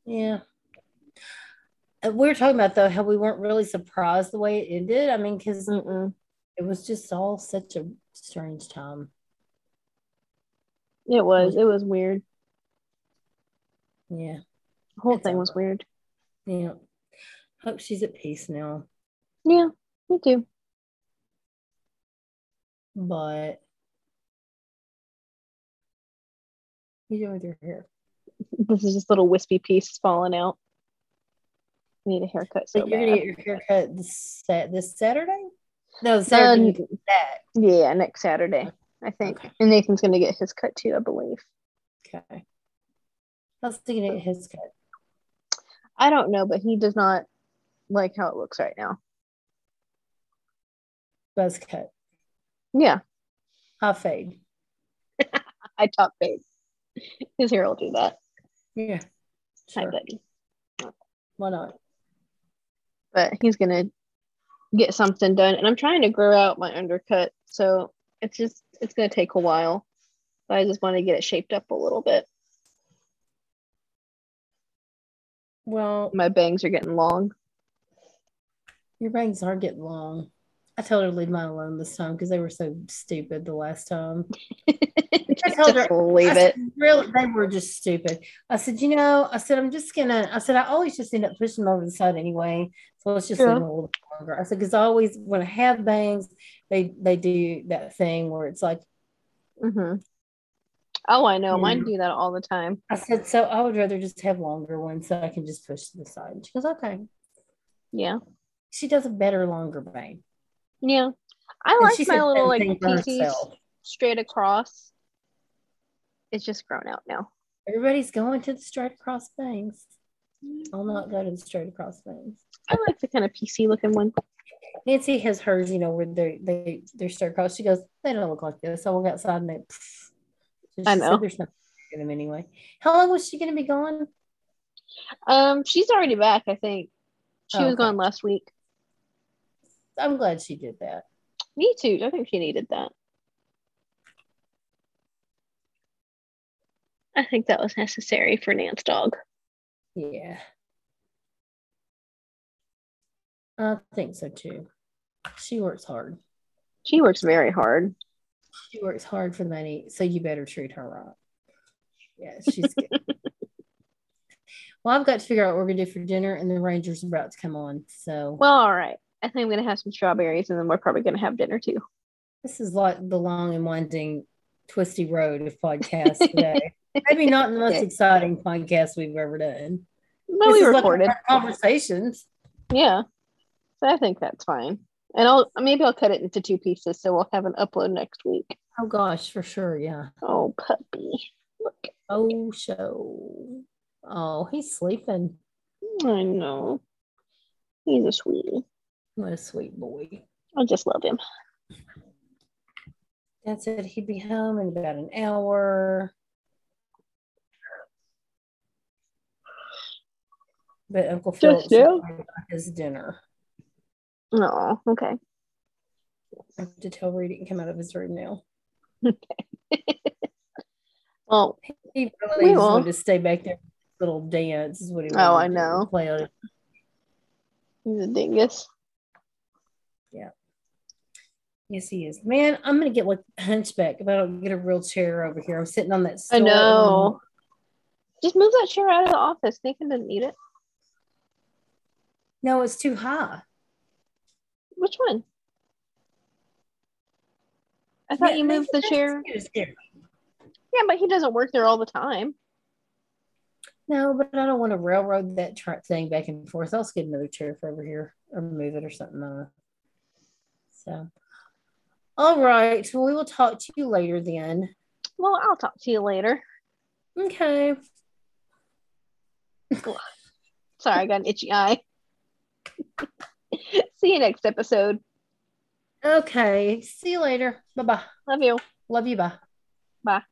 Speaker 3: Yeah. Uh, We were talking about though how we weren't really surprised the way it ended. I mean, because
Speaker 4: Mm-mm.
Speaker 3: it was just all such a strange time.
Speaker 4: It was. It was weird.
Speaker 3: Yeah.
Speaker 4: The whole
Speaker 3: It's
Speaker 4: thing was
Speaker 3: over.
Speaker 4: weird.
Speaker 3: Yeah. Hope she's at peace now.
Speaker 4: Yeah. Me too.
Speaker 3: But you doing with your hair?
Speaker 4: This is this little wispy piece falling out. I need a haircut so
Speaker 3: But you're gonna
Speaker 4: bad.
Speaker 3: get your hair cut this set this Saturday? No, Saturday you
Speaker 4: Um,
Speaker 3: did that.
Speaker 4: Yeah, next Saturday, I think.
Speaker 3: Okay.
Speaker 4: And Nathan's gonna get his cut too, I believe.
Speaker 3: Okay. I was thinking it his cut.
Speaker 4: I don't know, but he does not like how it looks right now.
Speaker 3: Buzz cut.
Speaker 4: Yeah,
Speaker 3: High fade.
Speaker 4: I top fade. His hair will do that.
Speaker 3: Yeah.
Speaker 4: Hi,
Speaker 3: Sure.
Speaker 4: buddy.
Speaker 3: Why not?
Speaker 4: But he's gonna get something done, and I'm trying to grow out my undercut, so it's just it's gonna take a while. But I just want to get it shaped up a little bit.
Speaker 3: Well,
Speaker 4: My bangs are getting long.
Speaker 3: Your bangs are getting long. I told her to leave mine alone this time because they were so stupid the last time.
Speaker 4: just
Speaker 3: told her-
Speaker 4: to leave
Speaker 3: I
Speaker 4: it.
Speaker 3: said, Really, they were just stupid. I said, you know, I said, I'm just gonna. I said, I always just end up pushing them over the side anyway. So let's just leave
Speaker 4: Yeah.
Speaker 3: them a little bit longer. I said, because I always when I have bangs, they they do that thing where it's like.
Speaker 4: hmm Oh, I know.
Speaker 3: Hmm.
Speaker 4: Mine do that all the time.
Speaker 3: I said, so I would rather just have longer ones so I can just push to the side. And she goes, okay.
Speaker 4: Yeah,
Speaker 3: She does a better longer bang.
Speaker 4: yeah. I
Speaker 3: And
Speaker 4: like
Speaker 3: she said
Speaker 4: my
Speaker 3: the
Speaker 4: little
Speaker 3: same thing
Speaker 4: like
Speaker 3: for
Speaker 4: PCs
Speaker 3: herself.
Speaker 4: straight across. It's just grown out now.
Speaker 3: Everybody's going to the straight across bangs. I'll not go to the straight across things.
Speaker 4: I like the kind of PC looking one.
Speaker 3: Nancy has hers, you know, where they they they're straight across. She goes, they don't look like this. I walk outside and they. pfft. So she
Speaker 4: I
Speaker 3: said
Speaker 4: know.
Speaker 3: there's nothing to them anyway. How long was she going to be gone?
Speaker 4: Um, she's already back. I think she
Speaker 3: Oh,
Speaker 4: was
Speaker 3: okay.
Speaker 4: gone last week.
Speaker 3: I'm glad she did that.
Speaker 4: Me too. I think she needed that. I think that was necessary for Nance Dog.
Speaker 3: Yeah, I think so too. She works hard.
Speaker 4: She works very hard.
Speaker 3: She works hard for the money, so you better treat her right. Yeah, she's good. well, I've got to figure out what we're gonna do for dinner, and the Rangers are about to come on. So
Speaker 4: Well, all right. I think I'm gonna have some strawberries, and then we're probably gonna have dinner too.
Speaker 3: This is like the long and winding, twisty road of podcasts today. Maybe not the most exciting podcast we've ever done.
Speaker 4: But
Speaker 3: This
Speaker 4: we
Speaker 3: is like
Speaker 4: recorded.
Speaker 3: our conversations.
Speaker 4: Yeah. So I think that's fine. And I'll maybe I'll cut it into two pieces so we'll have an upload next week.
Speaker 3: Oh gosh, for sure, yeah.
Speaker 4: Oh puppy. Look.
Speaker 3: Oh show. Oh, he's sleeping.
Speaker 4: I know. He's a sweetie.
Speaker 3: What a sweet boy.
Speaker 4: I just love him.
Speaker 3: Dad said he'd be home in about an hour. But Uncle Phil's
Speaker 4: now? Oh,
Speaker 3: his dinner.
Speaker 4: No, okay.
Speaker 3: I have to tell Reed he can come out of his room now.
Speaker 4: Well,
Speaker 3: He really just
Speaker 4: will.
Speaker 3: wanted to stay back there. Little dance is what he.
Speaker 4: Oh,
Speaker 3: wanted
Speaker 4: I
Speaker 3: to
Speaker 4: know.
Speaker 3: Play on it.
Speaker 4: he's a dingus.
Speaker 3: Yes, he is. Man, I'm gonna get like hunchback if I don't get a real chair over here. I'm sitting on that.
Speaker 4: I
Speaker 3: stool.
Speaker 4: know. Just move that chair out of the office. Nathan doesn't need it.
Speaker 3: No, it's too high.
Speaker 4: Which one? I thought
Speaker 3: Yeah,
Speaker 4: you moved the
Speaker 3: Nathan
Speaker 4: chair.
Speaker 3: doesn't sit there.
Speaker 4: Yeah, but he doesn't work there all the time.
Speaker 3: No, but I don't want to railroad that tr- thing back and forth. I'll just get another chair for over here or move it or something. I don't know. So, all right. Well, we will talk to you later then.
Speaker 4: Well, I'll talk to you later.
Speaker 3: Okay.
Speaker 4: Sorry, I got an itchy eye. See you next episode.
Speaker 3: Okay. See you later. Bye bye.
Speaker 4: Love you.
Speaker 3: Love you. Bye.
Speaker 4: Bye.